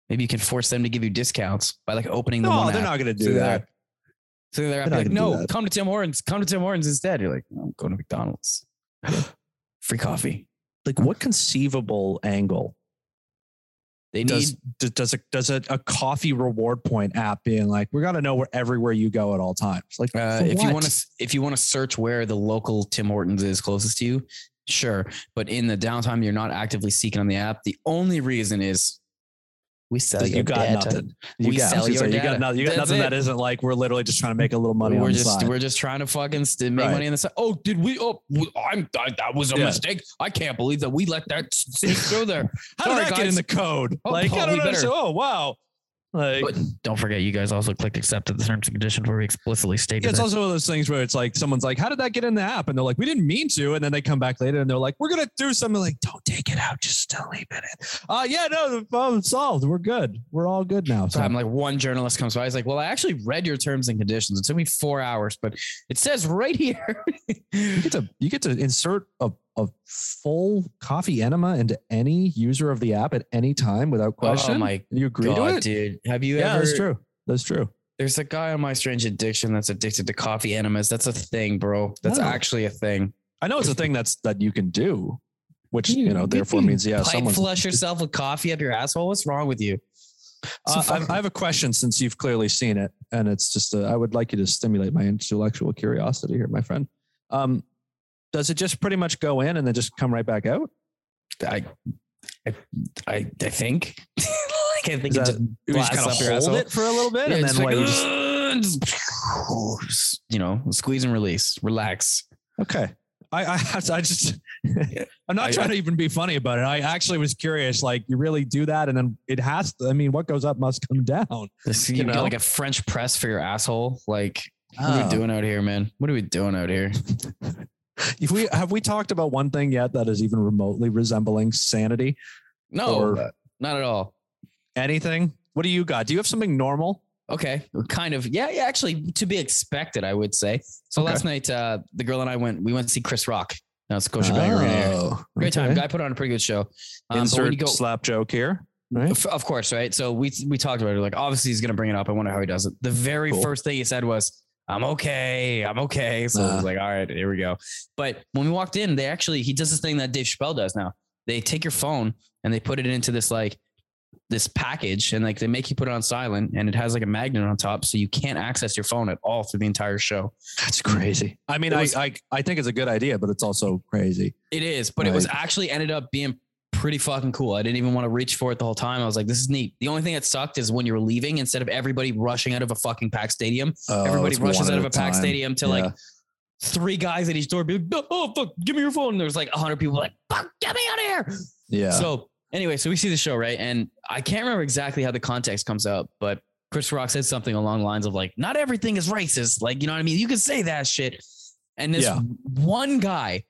Speaker 2: Maybe you can force them to give you discounts by like opening the one. app.
Speaker 1: not going to
Speaker 2: So they're- So they're
Speaker 1: They're not
Speaker 2: like,
Speaker 1: gonna do
Speaker 2: no,
Speaker 1: that.
Speaker 2: come to Tim Hortons. Come to Tim Hortons instead. You're like, "No, I'm going to McDonald's. Free coffee.
Speaker 1: Like, what conceivable angle
Speaker 2: They need
Speaker 1: does d- does a, does a, a coffee reward point app being like? We got to know where everywhere you go at all times. Like,
Speaker 2: Uh,
Speaker 1: for
Speaker 2: if you
Speaker 1: what?
Speaker 2: want to, if you want to search where the local Tim Hortons is closest to you, sure. But in the downtime, you're not actively seeking on the app. The only reason is we sell
Speaker 1: you got nothing. You
Speaker 2: We
Speaker 1: got, I was
Speaker 2: sell
Speaker 1: gonna
Speaker 2: your
Speaker 1: say, you
Speaker 2: data.
Speaker 1: got nothing. You got
Speaker 2: That's
Speaker 1: nothing
Speaker 2: it.
Speaker 1: that isn't like we're literally just trying to make a little money
Speaker 2: we're
Speaker 1: on
Speaker 2: just
Speaker 1: the side.
Speaker 2: we're just trying to fucking st- make
Speaker 1: Right.
Speaker 2: money on the side. Oh, did we? Oh, w- I'm I, that was a
Speaker 1: Yeah.
Speaker 2: mistake. I can't believe that we let that s- sneak through there.
Speaker 1: How did
Speaker 2: Sorry,
Speaker 1: that get
Speaker 2: guys.
Speaker 1: in the code?
Speaker 2: Oh,
Speaker 1: like,
Speaker 2: Paul,
Speaker 1: I don't
Speaker 2: we
Speaker 1: know.
Speaker 2: better-
Speaker 1: So, oh wow. Like,
Speaker 2: But don't forget, you guys also clicked accept at the terms and conditions where we explicitly stated
Speaker 1: Yeah, it's
Speaker 2: that-
Speaker 1: also one of those things where it's like someone's like, "How did that get in the app?" And they're like, "We didn't mean to." And then they come back later and they're like, "We're gonna do something." Like, don't take it out, just still leave it in. Uh, yeah, no, the problem's solved. We're good. We're all good now.
Speaker 2: So I'm like, one journalist comes by. He's like, well, I actually read your terms and conditions. It took me four hours, but it says right here.
Speaker 1: you get to you get to insert a, a full coffee enema into any user of the app at any time without question.
Speaker 2: Oh my
Speaker 1: you agree to
Speaker 2: god,
Speaker 1: it?
Speaker 2: dude! Have you
Speaker 1: Yeah,
Speaker 2: ever?
Speaker 1: that's true. That's true.
Speaker 2: There's a guy on My Strange Addiction that's addicted to coffee enemas. That's a thing, bro. That's
Speaker 1: No.
Speaker 2: actually a thing.
Speaker 1: I know it's a thing that's that you can do, which you know therefore means yeah,
Speaker 2: Pipe
Speaker 1: someone.
Speaker 2: flush yourself with coffee up your asshole. What's wrong with you?
Speaker 1: Uh, I, I have a question since you've clearly seen it, and it's just uh, I would like you to stimulate my intellectual curiosity here, my friend. Um, does it just pretty much go in and then just come right back out?
Speaker 2: I, I, I, I think. like I think
Speaker 1: Is that-
Speaker 2: it just
Speaker 1: You just
Speaker 2: blasts
Speaker 1: kind of
Speaker 2: up your
Speaker 1: hold
Speaker 2: asshole.
Speaker 1: it for a little bit,
Speaker 2: Yeah,
Speaker 1: and
Speaker 2: just
Speaker 1: then
Speaker 2: like,
Speaker 1: like, you just,
Speaker 2: just- you know, squeeze and release, relax.
Speaker 1: okay. I I, have to- I just I'm not
Speaker 2: I-
Speaker 1: trying to even be funny about it. I actually was curious. Like, you really do that, and then it has. to, I mean, what goes up must come down.
Speaker 2: This, you
Speaker 1: You
Speaker 2: got
Speaker 1: know?
Speaker 2: like a French press for your asshole. Like, what
Speaker 1: Ah.
Speaker 2: are we doing out here, man? What are we doing out here?
Speaker 1: If we have we talked about one thing yet that is even remotely resembling sanity?
Speaker 2: No, uh,
Speaker 1: Or-
Speaker 2: not at all.
Speaker 1: Anything? What do you got? Do you have something normal?
Speaker 2: Okay, kind of. Yeah, yeah. Actually, to be expected, I would say. So
Speaker 1: Okay.
Speaker 2: last night, uh, the girl and I went. We went to see Chris Rock. Now Scotia Bank. Great time.
Speaker 1: Oh, okay.
Speaker 2: Guy put on a pretty good show. Um, but when
Speaker 1: Insert
Speaker 2: you go,
Speaker 1: slap joke here. Right?
Speaker 2: Of- Of course, right? So we we talked about it. Like, obviously, he's gonna bring it up. I wonder how he does it. The very
Speaker 1: Cool.
Speaker 2: first thing he said was, "I'm okay, I'm okay." So I
Speaker 1: Uh.
Speaker 2: was like, "All right, here we go." But when we walked in, they actually he does this thing that Dave Chappelle does now. They take your phone and they put it into this like this package, and like they make you put it on silent, and it has like a magnet on top, so you can't access your phone at all through the entire show.
Speaker 1: That's crazy. I mean,
Speaker 2: It
Speaker 1: I,
Speaker 2: was-
Speaker 1: I I think it's a good idea, but it's also crazy.
Speaker 2: It is, but it was actually ended up being pretty fucking cool. I didn't even want to reach for it the whole time. I was like, this is neat. The only thing that sucked is when you were leaving, instead of everybody rushing out of a fucking packed stadium,
Speaker 1: Uh, Oh,
Speaker 2: everybody rushes out of a packed stadium to like three guys at each door, be like, oh, fuck, give me your phone. And there's like 100 people like, fuck, get me out of here.
Speaker 1: Yeah.
Speaker 2: So anyway, so we see the show, right? And I can't remember exactly how the context comes up, but Chris Rock said something along the lines of like, not everything is racist. Like, you know what I mean? You can say that shit. And this
Speaker 1: Yeah.
Speaker 2: one guy,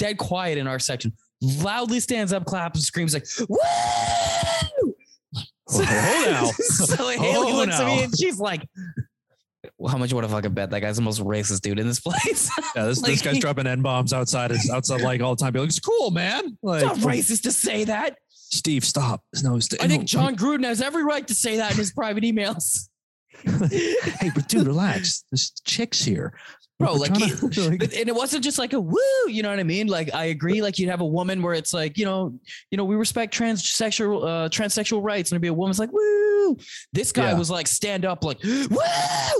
Speaker 2: dead quiet in our section, loudly stands up, claps, and screams like, woo!
Speaker 1: Oh, now.
Speaker 2: so Haley
Speaker 1: Oh,
Speaker 2: looks at me
Speaker 1: now.
Speaker 2: and she's like, well, how much you want to fucking bet that guy's the most racist dude in this place?
Speaker 1: Yeah, this, this
Speaker 2: Like-
Speaker 1: guy's dropping n bombs outside his outside like all the time. Be like, it's cool, man.
Speaker 2: it's
Speaker 1: Like,
Speaker 2: not racist to say that.
Speaker 1: Steve, stop. No, Steve.
Speaker 2: I think John Gruden has every right to say that in his private emails.
Speaker 1: Hey, but dude, relax. This chick's here,
Speaker 2: Bro,
Speaker 1: We're
Speaker 2: like,
Speaker 1: trying
Speaker 2: he-
Speaker 1: to- like,
Speaker 2: But- and it wasn't just like a woo, you know what I mean? Like I agree, like you'd have a woman where it's like, you know, you know, we respect transsexual uh transsexual rights, and it'd be a woman's like, woo. This guy
Speaker 1: Yeah.
Speaker 2: was like stand up like woo,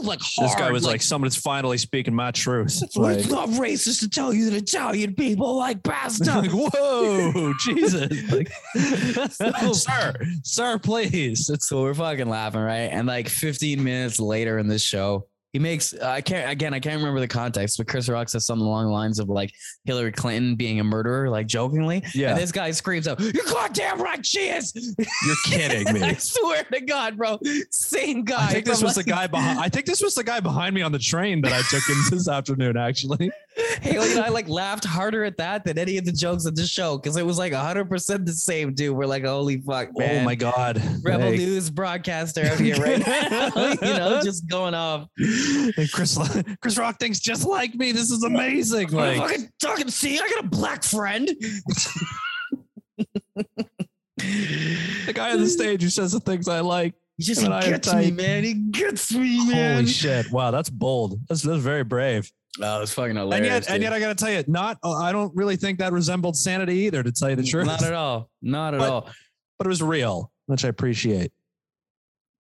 Speaker 2: like hard.
Speaker 1: this guy was like, someone's finally speaking my truth. Like,
Speaker 2: it's not racist to tell you that Italian people like pasta.
Speaker 1: like, whoa, Jesus. Like,
Speaker 2: So-
Speaker 1: sir, sir, please. It's
Speaker 2: so we're fucking laughing, right? And like 15 minutes later in this show, he makes I can't again I can't remember the context, but Chris Rock says something along the lines of like Hillary Clinton being a murderer, like jokingly.
Speaker 1: yeah.
Speaker 2: And this guy screams out, You're goddamn right, she is.
Speaker 1: You're kidding
Speaker 2: I
Speaker 1: me.
Speaker 2: swear to God, bro. Same guy.
Speaker 1: I think this
Speaker 2: from,
Speaker 1: was the
Speaker 2: like,
Speaker 1: guy behind. I think this was the guy behind me on the train that I took in this afternoon. Actually,
Speaker 2: Haley and I like laughed harder at that than any of the jokes at the show because it was like 100% the same dude. We're like, holy fuck, man.
Speaker 1: oh my god,
Speaker 2: Rebel
Speaker 1: Like,
Speaker 2: News broadcaster out here right now. you know, just going off.
Speaker 1: and Chris, Chris Rock thinks just like me. This is amazing.
Speaker 2: Like,
Speaker 1: Like,
Speaker 2: fucking talking. See, I got a black friend.
Speaker 1: the guy on the stage who says the things I like.
Speaker 2: He just
Speaker 1: Him and I are
Speaker 2: gets me,
Speaker 1: tight.
Speaker 2: man. He gets me, man.
Speaker 1: Holy shit! Wow, that's bold. That's that's very brave.
Speaker 2: Oh, it's fucking hilarious.
Speaker 1: And yet, and
Speaker 2: dude.
Speaker 1: yet, I gotta tell you, not uh, I don't really think that resembled sanity either. To tell you the truth,
Speaker 2: Not at all. Not at
Speaker 1: But-
Speaker 2: all.
Speaker 1: but it was real, which I appreciate.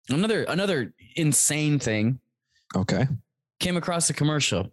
Speaker 2: Another another insane thing
Speaker 1: Okay.
Speaker 2: came across a commercial.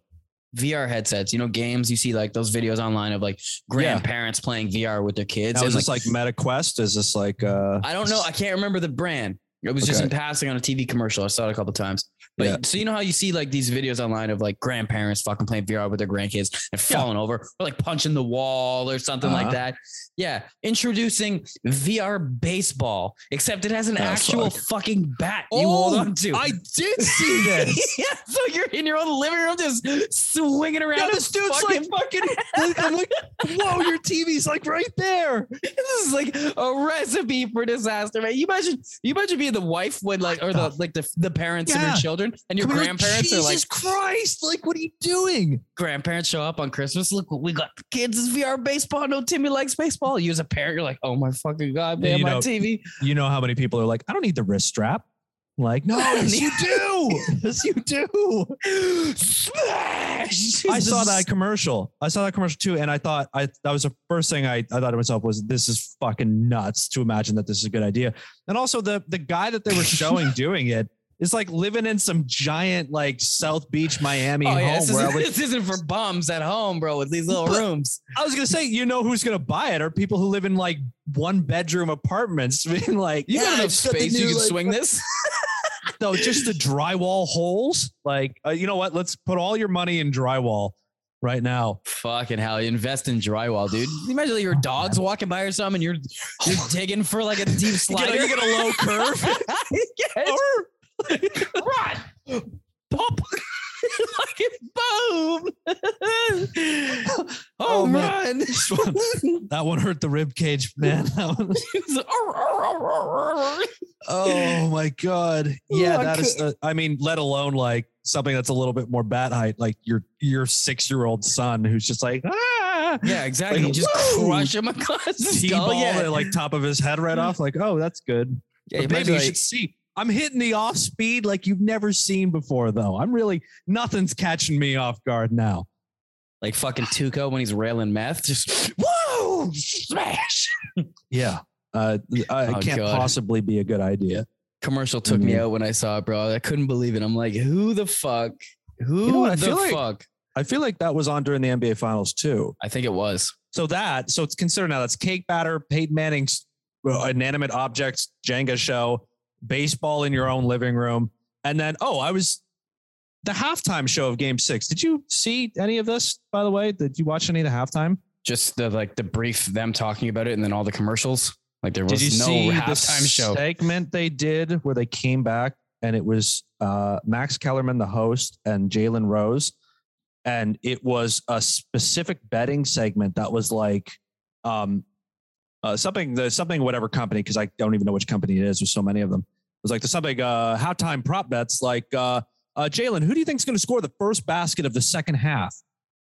Speaker 2: VR headsets, you know, games. You see like those videos online of like grandparents playing VR with their kids.
Speaker 1: Now,
Speaker 2: and,
Speaker 1: is this like MetaQuest? Is this like uh
Speaker 2: I don't know. I can't remember the brand. It was just
Speaker 1: Okay.
Speaker 2: in passing on a TV commercial. I saw it a couple times. But
Speaker 1: Yeah.
Speaker 2: so you know how you see like these videos online of like grandparents fucking playing VR with their grandkids and
Speaker 1: Yeah.
Speaker 2: falling over or like punching the wall or something like
Speaker 1: Uh-huh.
Speaker 2: that. Yeah. Introducing VR baseball, except it has an
Speaker 1: Oh,
Speaker 2: actual fucking bat you hold
Speaker 1: Oh,
Speaker 2: on to.
Speaker 1: I did see this.
Speaker 2: yeah, so you're in your own living room just swinging around.
Speaker 1: Yeah,
Speaker 2: a
Speaker 1: this dude's
Speaker 2: fucking-
Speaker 1: like fucking. like, I'm like, whoa, your TV's like right there.
Speaker 2: this is like a recipe for disaster, man. You imagine, you imagine being the wife when like, or the like the, the parents of
Speaker 1: Yeah.
Speaker 2: your children, and your
Speaker 1: Come here,
Speaker 2: grandparents are like,
Speaker 1: Jesus Christ! Like, what are you doing?
Speaker 2: grandparents show up on Christmas. Look, we got the kids is VR baseball. No Timmy likes baseball. You as a parent, you're like, oh my fucking god,
Speaker 1: Yeah,
Speaker 2: man,
Speaker 1: you
Speaker 2: my
Speaker 1: know,
Speaker 2: TV.
Speaker 1: You know how many people are like, I don't need the wrist strap. Like, no, yes, you do. Yes, you do.
Speaker 2: Smash!
Speaker 1: I saw that commercial. I saw that commercial too, and I thought I that was the first thing I, I thought to myself was this is fucking nuts to imagine that this is a good idea. And also the the guy that they were showing doing it is like living in some giant like South Beach, Miami
Speaker 2: Oh,
Speaker 1: home.
Speaker 2: yeah, this,
Speaker 1: where I
Speaker 2: isn't,
Speaker 1: was-
Speaker 2: this isn't for bums at home, bro, with these little
Speaker 1: But-
Speaker 2: rooms.
Speaker 1: I was gonna say, you know who's gonna buy it are people who live in like one bedroom apartments. Being like,
Speaker 2: You
Speaker 1: "Yeah,
Speaker 2: got enough
Speaker 1: it's got the
Speaker 2: space, you
Speaker 1: new,
Speaker 2: can
Speaker 1: like,
Speaker 2: swing this.
Speaker 1: No, just the drywall holes. Like, uh, you know what? Let's put all your money in drywall right now.
Speaker 2: Fucking hell, you invest in drywall, dude. Can you Imagine like, your dog's walking by or something and you're you're digging for like a deep
Speaker 1: You get, a,
Speaker 2: slider.
Speaker 1: you get a low curve.
Speaker 2: yes.
Speaker 1: Or-
Speaker 2: Run! Pop! Fucking boom! Oh,
Speaker 1: Oh,
Speaker 2: run!
Speaker 1: man. that one hurt the rib cage, man. That one-
Speaker 2: It's- arr, arr, arr, arr, arr.
Speaker 1: Oh my god. Yeah,
Speaker 2: Oh, I
Speaker 1: that is. The, I mean, let alone like something that's a little bit more bat height, like your your six year old son who's just like ah.
Speaker 2: yeah, exactly.
Speaker 1: Like,
Speaker 2: just
Speaker 1: woo!
Speaker 2: crush him across the skull.
Speaker 1: T-ball
Speaker 2: Yeah,
Speaker 1: at like top of his head right off. Like, oh, that's good.
Speaker 2: yeah
Speaker 1: But
Speaker 2: imagine,
Speaker 1: baby, you
Speaker 2: like-
Speaker 1: should see. I'm hitting the off speed like you've never seen before, though. I'm really nothing's catching me off guard now.
Speaker 2: like fucking Tuco when he's railing meth. Just whoa! Smash!
Speaker 1: Yeah. Uh, I
Speaker 2: Oh,
Speaker 1: can't
Speaker 2: God.
Speaker 1: possibly be a good idea.
Speaker 2: commercial took me
Speaker 1: Mhm.
Speaker 2: out when I saw it, bro. I couldn't believe it. I'm like, who the fuck? Who
Speaker 1: You know what? I
Speaker 2: the
Speaker 1: feel like-
Speaker 2: fuck?
Speaker 1: I feel like that was on during the NBA Finals too.
Speaker 2: I think it was.
Speaker 1: So that, so it's considered now that's cake batter, Peyton Manning's uh, inanimate objects, Jenga show, baseball in your own living room. And then, oh, I was the halftime show of game six. Did you see any of this, by the way? Did you watch any of the halftime?
Speaker 2: Just the like the brief them talking about it and then all the commercials. Like there was
Speaker 1: Did you
Speaker 2: no
Speaker 1: see the
Speaker 2: halftime show.
Speaker 1: segment they did where they came back and it was uh, Max Kellerman, the host, and Jalen Rose, and it was a specific betting segment that was like um, uh, something the something whatever company because I don't even know which company it is. There's so many of them. It was like the something uh, how time prop bets like uh, uh, Jalen, who do you think is going to score the first basket of the second half?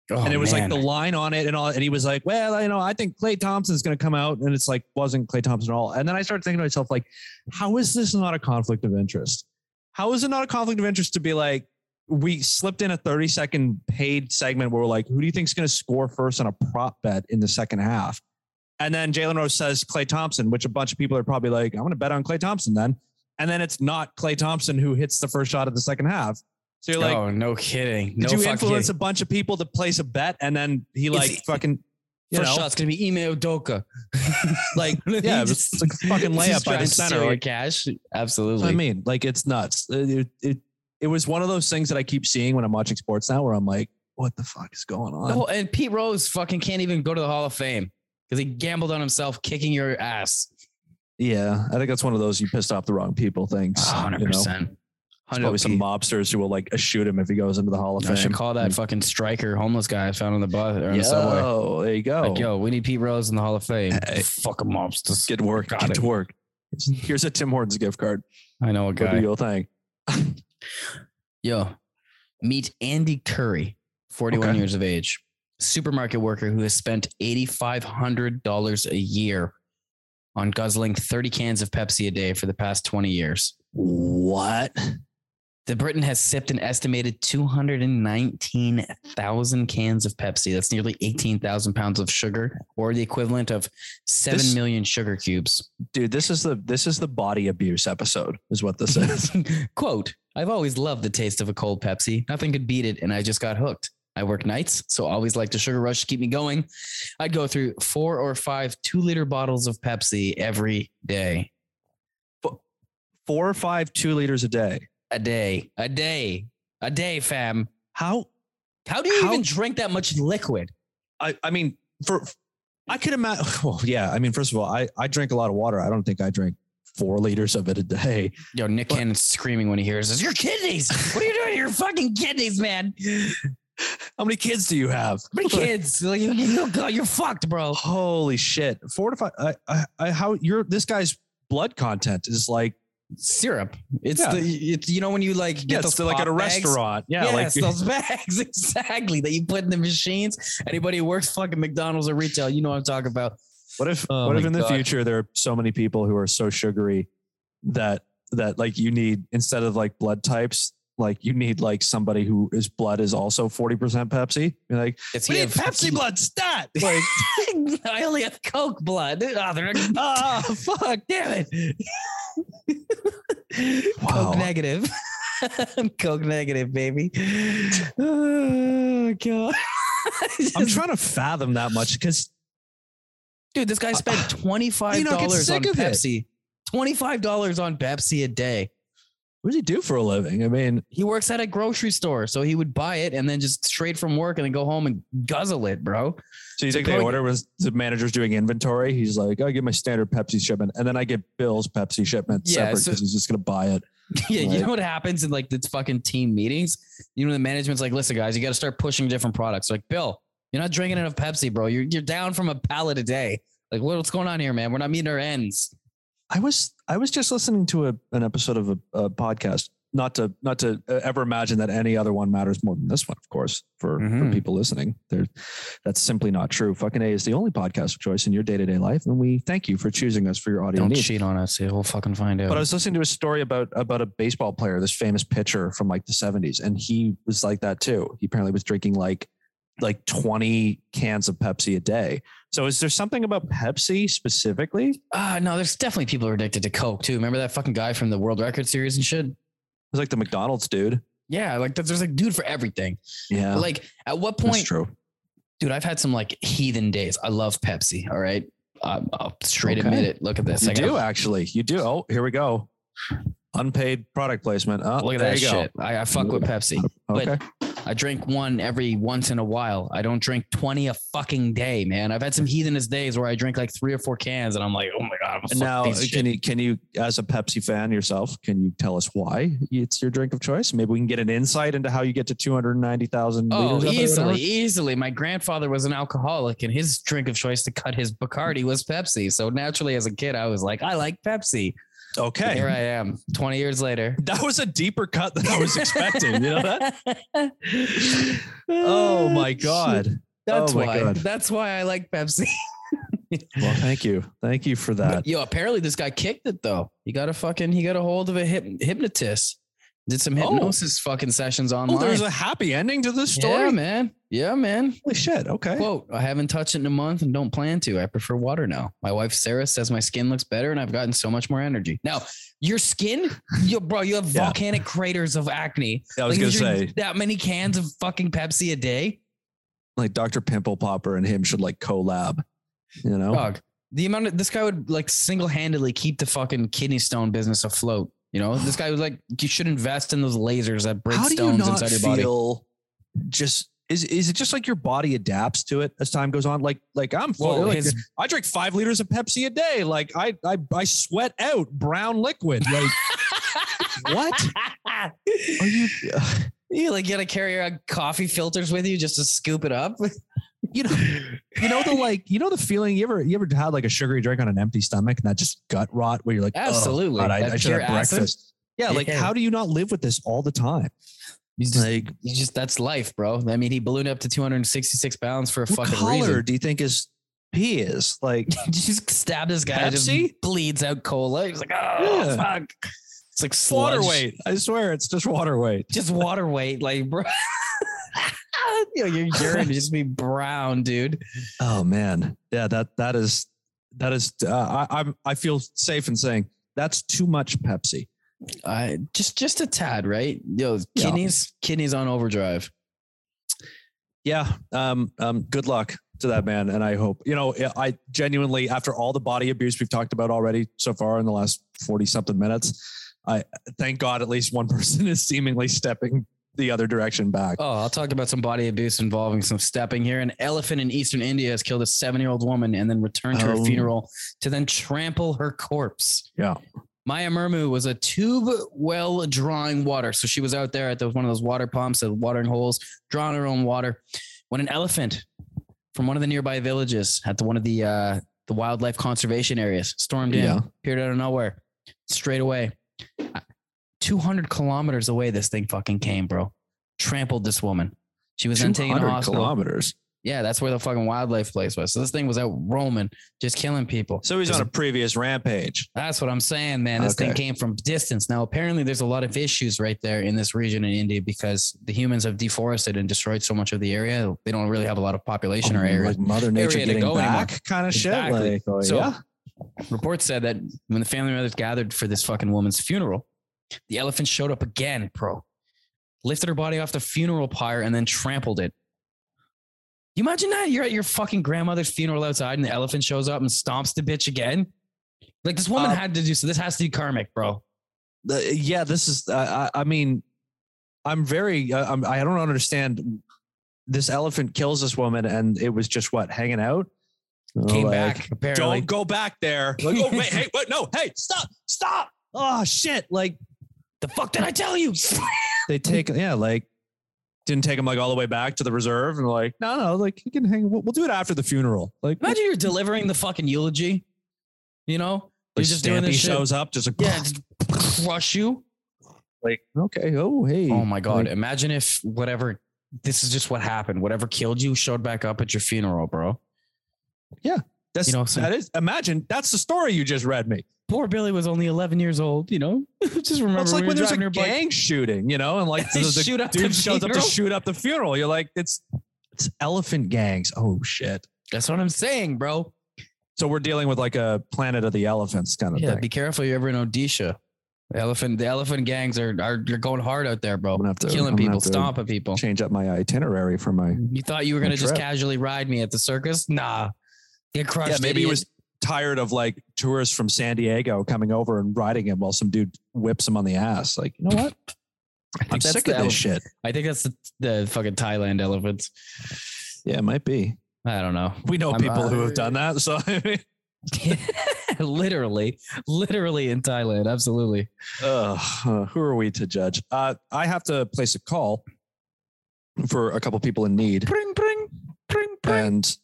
Speaker 2: Oh,
Speaker 1: and it was
Speaker 2: man.
Speaker 1: like the line on it and all. And he was like, well, you know, I think Clay Thompson's going to come out. And it's like, wasn't Clay Thompson at all. And then I started thinking to myself, like, how is this not a conflict of interest? How is it not a conflict of interest to be like, we slipped in a 30 second paid segment where we're like, who do you think's going to score first on a prop bet in the second half? And then Jalen Rose says Clay Thompson, which a bunch of people are probably like, I'm going to bet on Clay Thompson then. And then it's not Clay Thompson who hits the first shot of the second half. So you're like,
Speaker 2: oh no kidding.
Speaker 1: did
Speaker 2: No
Speaker 1: you
Speaker 2: fuck
Speaker 1: influence a
Speaker 2: kidding.
Speaker 1: bunch of people to place a bet and then he
Speaker 2: It's-
Speaker 1: like fucking you
Speaker 2: First
Speaker 1: know
Speaker 2: shot's gonna be Ime Odoka. like
Speaker 1: yeah it was like a fucking layup by the center
Speaker 2: Your
Speaker 1: like,
Speaker 2: cash.
Speaker 1: that's
Speaker 2: Absolutely.
Speaker 1: what I mean like it's nuts it, it, it, it was one of those things that I keep seeing when I'm watching sports now where I'm like what the fuck is going on
Speaker 2: No, and Pete Rose fucking can't even go to the Hall of Fame because he gambled on himself kicking your ass.
Speaker 1: yeah I think that's one of those you pissed off the wrong people things Ah, you know? There's probably some mobsters who will like uh, shoot him if he goes into the Hall of
Speaker 2: I
Speaker 1: Fame
Speaker 2: should call that fucking striker homeless guy I found on the bus or on the subway.
Speaker 1: yo there you go
Speaker 2: Like, yo, we need Pete Rose in the Hall of Fame.
Speaker 1: Hey.
Speaker 2: Fuck a mobster.
Speaker 1: get to work
Speaker 2: Got
Speaker 1: get
Speaker 2: it.
Speaker 1: to work here's a Tim Hortons gift card
Speaker 2: I know a
Speaker 1: go do
Speaker 2: guy.
Speaker 1: your thing
Speaker 2: Yo, meet Andy Curry, 41
Speaker 1: Okay.
Speaker 2: years of age, supermarket worker who has spent $8,500 a year on guzzling 30 cans of Pepsi a day for the past 20 years.
Speaker 1: what
Speaker 2: The Briton has sipped an estimated 219,000 cans of Pepsi. That's nearly 18,000 pounds of sugar, or the equivalent of seven million
Speaker 1: This-
Speaker 2: sugar cubes.
Speaker 1: dude this is the this is the body abuse episode is what this is
Speaker 2: Quote I've always loved the taste of a cold Pepsi. Nothing could beat it, and I just got hooked. I work nights, so I always like the sugar rush to keep me going. I'd go through four or five two liter bottles of Pepsi every day.
Speaker 1: four or five two liters a day
Speaker 2: A day, a day, a day, fam.
Speaker 1: how
Speaker 2: How do you
Speaker 1: How-
Speaker 2: even drink that much liquid?
Speaker 1: i i mean for i could imagine well yeah i mean first of all i i drink a lot of water i don't think i drink four liters of it a day
Speaker 2: Yo, Nick
Speaker 1: But-
Speaker 2: Cannon's screaming when he hears this. Your kidneys! What are you doing? to Your fucking kidneys, man!
Speaker 1: how many kids do you have
Speaker 2: How many kids? Like, you, you, you- you're fucked, bro.
Speaker 1: holy shit four to five i i, I how you're this guy's blood content is like
Speaker 2: Syrup. It's
Speaker 1: Yeah.
Speaker 2: the it's you know when you like get
Speaker 1: yeah
Speaker 2: those
Speaker 1: it's like at
Speaker 2: pop
Speaker 1: a
Speaker 2: bags?
Speaker 1: restaurant yeah
Speaker 2: yes,
Speaker 1: like
Speaker 2: those bags exactly that you put in the machines. Anybody who works fucking McDonald's or retail, you know what I'm talking about.
Speaker 1: What if
Speaker 2: Oh
Speaker 1: what if
Speaker 2: my
Speaker 1: in the
Speaker 2: God.
Speaker 1: future there are so many people who are so sugary that that like you need instead of like blood types, like you need like somebody who is blood is also 40% Pepsi. You're like,
Speaker 2: It's
Speaker 1: we need Pepsi blood stat. Like,
Speaker 2: I only have Coke blood. Oh, they're oh fuck, damn it.
Speaker 1: Wow.
Speaker 2: Coke negative. Coke negative, baby. Oh god.
Speaker 1: I'm trying to fathom that much because
Speaker 2: Dude, this guy spent $25
Speaker 1: You don't get
Speaker 2: on
Speaker 1: sick of it.
Speaker 2: Pepsi. $25 on Pepsi a day.
Speaker 1: what does he do for a living? I mean,
Speaker 2: He works at a grocery store, so he would buy it and then just straight from work and then go home and guzzle it, bro.
Speaker 1: so you
Speaker 2: So
Speaker 1: think the
Speaker 2: going-
Speaker 1: order was the manager's doing inventory? He's like, I get my standard Pepsi shipment, and then I get Bill's Pepsi shipment
Speaker 2: Yeah,
Speaker 1: separate
Speaker 2: so-
Speaker 1: because he's just gonna buy it.
Speaker 2: yeah, you
Speaker 1: Right.
Speaker 2: know what happens in like the fucking team meetings? You know, the management's like, listen, guys, you got to start pushing different products. Like, Bill, you're not drinking enough Pepsi, bro. You're, you're down from a pallet a day. Like, what- what's going on here, man? We're not meeting our ends.
Speaker 1: I was I was just listening to a, an episode of a, a podcast. Not to not to uh, ever imagine that any other one matters more than this one. Of course, for,
Speaker 2: Mhm.
Speaker 1: for people listening, There- that's simply not true. Fucking A is the only podcast of choice in your day to day life, and we thank you for choosing us for your audio
Speaker 2: Don't
Speaker 1: needs.
Speaker 2: cheat on us. We'll fucking find out.
Speaker 1: But I was listening to a story about about a baseball player, this famous pitcher from like the seventies, and he was like that too. He apparently was drinking like like twenty cans of Pepsi a day. So is there something about Pepsi specifically?
Speaker 2: Ah, no, there's definitely people who are addicted to Coke too. Remember that fucking guy from the World Record Series and shit?
Speaker 1: It's like the McDonald's dude.
Speaker 2: Yeah, like there's like dude for everything.
Speaker 1: Yeah,
Speaker 2: Like at what
Speaker 1: that's
Speaker 2: point,
Speaker 1: true.
Speaker 2: dude? I've had some like heathen days. I love Pepsi. All right, um, I'll straight
Speaker 1: Okay.
Speaker 2: admit it. Look at this.
Speaker 1: You
Speaker 2: I
Speaker 1: do
Speaker 2: got-
Speaker 1: actually. You do. Oh, here we go. Unpaid product placement. Oh,
Speaker 2: Look at
Speaker 1: there
Speaker 2: that
Speaker 1: you
Speaker 2: shit. I, I fuck with Pepsi.
Speaker 1: Go. Okay.
Speaker 2: I drink one every once in a while. I don't drink 20 a fucking day, man. I've had some heathenish days where I drink like three or four cans and I'm like, oh my God. I'm
Speaker 1: And now, can you, can you, as a Pepsi fan yourself, can you tell us why it's your drink of choice? Maybe we can get an insight into how you get to 290,000 liters.
Speaker 2: Oh,
Speaker 1: of it or
Speaker 2: easily,
Speaker 1: whatever?
Speaker 2: easily. My grandfather was an alcoholic, and his drink of choice to cut his Bacardi was Pepsi. So naturally, as a kid, I was like, I like Pepsi.
Speaker 1: Okay.
Speaker 2: Here I am, 20 years later.
Speaker 1: That was a deeper cut than I was expecting. You know that?
Speaker 2: that?
Speaker 1: Oh my God.
Speaker 2: Ah, That's
Speaker 1: Oh my
Speaker 2: why.
Speaker 1: God.
Speaker 2: That's why I like Pepsi.
Speaker 1: Well, thank you. Thank you for that.
Speaker 2: Yo, apparently this guy kicked it though. He got a fucking. He got a hold of a hyp- hypnotist. Did some
Speaker 1: Oh.
Speaker 2: hypnosis fucking sessions online.
Speaker 1: Oh, there's a happy ending to this story.
Speaker 2: yeah, man. Yeah, man.
Speaker 1: Holy shit. Okay.
Speaker 2: Quote, I haven't touched it in a month and don't plan to. I prefer water now. My wife Sarah says my skin looks better and I've gotten so much more energy. Now, your skin, you bro, you have
Speaker 1: Yeah.
Speaker 2: volcanic craters of acne.
Speaker 1: I was
Speaker 2: Like,
Speaker 1: going to
Speaker 2: you drink
Speaker 1: say,
Speaker 2: that many cans of fucking Pepsi a day.
Speaker 1: like, Dr. Pimple Popper and him should like collab, you know?
Speaker 2: Dog, the amount of this guy would like single handedly keep the fucking kidney stone business afloat. You know, this guy was like, you should invest in those lasers that break
Speaker 1: How do you
Speaker 2: stones
Speaker 1: not
Speaker 2: inside your body.
Speaker 1: feel just. Is, is it just like your body adapts to it as time goes on? Like like I'm full,
Speaker 2: Well,
Speaker 1: like,
Speaker 2: his
Speaker 1: I drink five liters of Pepsi a day. Like I I, I sweat out brown liquid. Like what are you?
Speaker 2: you like you gotta carry around coffee filters with you just to scoop it up.
Speaker 1: You know you know the like you know the feeling you ever you ever had like a sugary drink on an empty stomach and that just gut rot where you're like oh,
Speaker 2: Absolutely.
Speaker 1: God, I,
Speaker 2: That
Speaker 1: I should
Speaker 2: pure
Speaker 1: have
Speaker 2: acid.
Speaker 1: breakfast. Yeah, like
Speaker 2: Yeah.
Speaker 1: how do you not live with this all the time?
Speaker 2: You just,
Speaker 1: Like
Speaker 2: you just that's life, bro. I mean, he ballooned up to 266 pounds for a
Speaker 1: what
Speaker 2: fucking
Speaker 1: color
Speaker 2: reason.
Speaker 1: do you think his pee is? Like
Speaker 2: just stabbed this guy. just
Speaker 1: Pepsi?
Speaker 2: bleeds out cola. He's like, oh
Speaker 1: Yeah.
Speaker 2: fuck. It's like
Speaker 1: water
Speaker 2: sludge.
Speaker 1: weight. I swear it's just water weight.
Speaker 2: Just water weight, like bro. you know, your urine would just be brown, dude.
Speaker 1: Oh man, yeah that that is that is uh, I I'm I feel safe in saying that's too much Pepsi.
Speaker 2: I Uh, just just a tad, right? Yo,
Speaker 1: Yeah.
Speaker 2: kidneys, kidneys on overdrive.
Speaker 1: Yeah. Um, um, good luck to that man. And I hope, you know, I genuinely, after all the body abuse we've talked about already so far in the last 40 something minutes, I thank God at least one person is seemingly stepping the other direction back.
Speaker 2: Oh, I'll talk about some body abuse involving some stepping here. An elephant in eastern India has killed a seven year old woman and then returned to her
Speaker 1: Oh.
Speaker 2: funeral to then trample her corpse.
Speaker 1: Yeah.
Speaker 2: Maya Murmu was a tube well drawing water. So she was out there at those, one of those water pumps, the watering holes, drawing her own water. When an elephant from one of the nearby villages at the, one of the uh, the wildlife conservation areas stormed in,
Speaker 1: Yeah.
Speaker 2: appeared out of nowhere, straight away. 200 kilometers away, this thing fucking came, bro. Trampled this woman. She was then taken to
Speaker 1: 200
Speaker 2: hospital.
Speaker 1: kilometers.
Speaker 2: Yeah, that's where the fucking wildlife place was. So this thing was out roaming, just killing people.
Speaker 1: So he's on a previous rampage.
Speaker 2: That's what I'm saying, man. This thing
Speaker 1: Okay.
Speaker 2: came from distance. Now, apparently, there's a lot of issues right there in this region in India because the humans have deforested and destroyed so much of the area. They don't really have a lot of population or area.
Speaker 1: like Mother Nature
Speaker 2: area to
Speaker 1: getting
Speaker 2: go anymore.
Speaker 1: back kind of
Speaker 2: Exactly.
Speaker 1: shit. Like, oh,
Speaker 2: So-
Speaker 1: yeah.
Speaker 2: Reports said that when the family members gathered for this fucking woman's funeral, the elephant showed up again, bro. Lifted her body off the funeral pyre and then trampled it. You imagine that? You're at your fucking grandmother's funeral outside and the elephant shows up and stomps the bitch again. Like this woman
Speaker 1: Uh,
Speaker 2: had to do so. This has to be karmic, bro.
Speaker 1: The- yeah, this is, I I, I mean, I'm very, uh, I'm, I don't understand. This elephant kills this woman and it was just what, hanging out?
Speaker 2: Came
Speaker 1: Like,
Speaker 2: back apparently.
Speaker 1: Don't go back there. Like, oh, wait, hey, wait, no, hey, stop, stop. Oh shit! Like
Speaker 2: The fuck did I tell you?
Speaker 1: they take, yeah, like didn't take him like all the way back to the reserve, and like, no, no, like you can hang. We'll, we'll do it after the funeral. Like,
Speaker 2: Imagine you're delivering the fucking eulogy. You know,
Speaker 1: like
Speaker 2: you're just doing
Speaker 1: Stampy
Speaker 2: this shit.
Speaker 1: shows up, just like,
Speaker 2: Yeah, just crush you.
Speaker 1: like okay, oh hey,
Speaker 2: Oh my god!
Speaker 1: Like,
Speaker 2: Imagine if whatever this is just what happened. Whatever killed you showed back up at your funeral, bro.
Speaker 1: that's
Speaker 2: you know, some-
Speaker 1: that is. Imagine that's the story you just read me.
Speaker 2: Poor Billy was only 11 years old. You know, just remember.
Speaker 1: It's
Speaker 2: we
Speaker 1: like
Speaker 2: were
Speaker 1: when there's a
Speaker 2: driving
Speaker 1: gang
Speaker 2: her bike-
Speaker 1: shooting, you know, and like
Speaker 2: They
Speaker 1: the, the
Speaker 2: shoot up the
Speaker 1: dude shows up to
Speaker 2: funeral.
Speaker 1: shoot up the funeral. You're like, it's it's elephant gangs. Oh shit!
Speaker 2: That's what I'm saying, bro.
Speaker 1: So we're dealing with like a Planet of the Elephants kind of
Speaker 2: Yeah,
Speaker 1: thing.
Speaker 2: be careful. You're ever in Odisha. The elephant, the elephant gangs are are you're going hard out there, bro.
Speaker 1: I'm gonna have to-
Speaker 2: Killing
Speaker 1: I'm gonna
Speaker 2: people,
Speaker 1: have to
Speaker 2: stomping people.
Speaker 1: change up my itinerary for my.
Speaker 2: You thought you were gonna
Speaker 1: That's
Speaker 2: just
Speaker 1: right.
Speaker 2: casually ride me at the circus? Nah, get crushed.
Speaker 1: Yeah, maybe he
Speaker 2: idiot.
Speaker 1: was tired of like tourists from San Diego coming over and riding him while some dude whips him on the ass. Like, you know what? I'm
Speaker 2: that's
Speaker 1: sick
Speaker 2: the
Speaker 1: of
Speaker 2: ele-
Speaker 1: this shit.
Speaker 2: I think that's the, the fucking Thailand elephants.
Speaker 1: Yeah, it might be.
Speaker 2: I don't know.
Speaker 1: We know
Speaker 2: I'm-
Speaker 1: people who
Speaker 2: I-
Speaker 1: have done that. So I mean,
Speaker 2: literally, literally in Thailand. Absolutely.
Speaker 1: Ugh, uh, who are we to judge? Uh, I have to place a call for a couple people in need,
Speaker 2: Pring, pring, pring, pring.
Speaker 1: and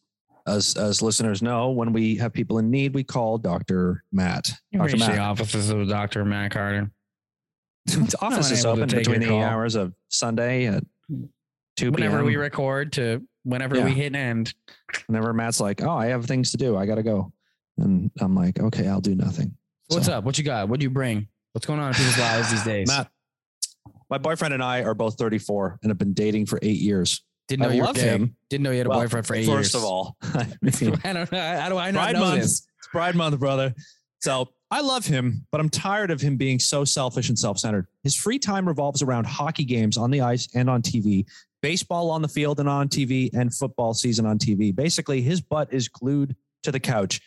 Speaker 1: as as listeners know, when we have people in need, we call Doctor Matt. Doctor
Speaker 2: Reach the
Speaker 1: Matt.
Speaker 2: offices of Dr. Matt Carter.
Speaker 1: His office is
Speaker 2: unable to
Speaker 1: open
Speaker 2: take
Speaker 1: between the
Speaker 2: your call.
Speaker 1: hours of Sunday at two
Speaker 2: Whenever
Speaker 1: p.m.
Speaker 2: we record to whenever
Speaker 1: Yeah.
Speaker 2: we hit end.
Speaker 1: Whenever Matt's like, "Oh, I have things to do. I gotta go," and I'm like, "Okay, I'll do nothing."
Speaker 2: What's up? What you got? What do you bring? What's going on in people's lives these days?
Speaker 1: Matt, my boyfriend and I are both 34 and have been dating for eight years.
Speaker 2: Didn't know
Speaker 1: I
Speaker 2: you were
Speaker 1: love
Speaker 2: gay.
Speaker 1: him.
Speaker 2: Didn't know you had a
Speaker 1: Well,
Speaker 2: boyfriend for eight
Speaker 1: First
Speaker 2: years.
Speaker 1: of all, I mean,
Speaker 2: I don't know. How do I not
Speaker 1: Pride
Speaker 2: know
Speaker 1: month.
Speaker 2: this?
Speaker 1: It's Pride Month, brother. So I love him, but I'm tired of him being so selfish and self centered. His free time revolves around hockey games on the ice and on TV, baseball on the field and on TV, and football season on TV. Basically, his butt is glued to the couch.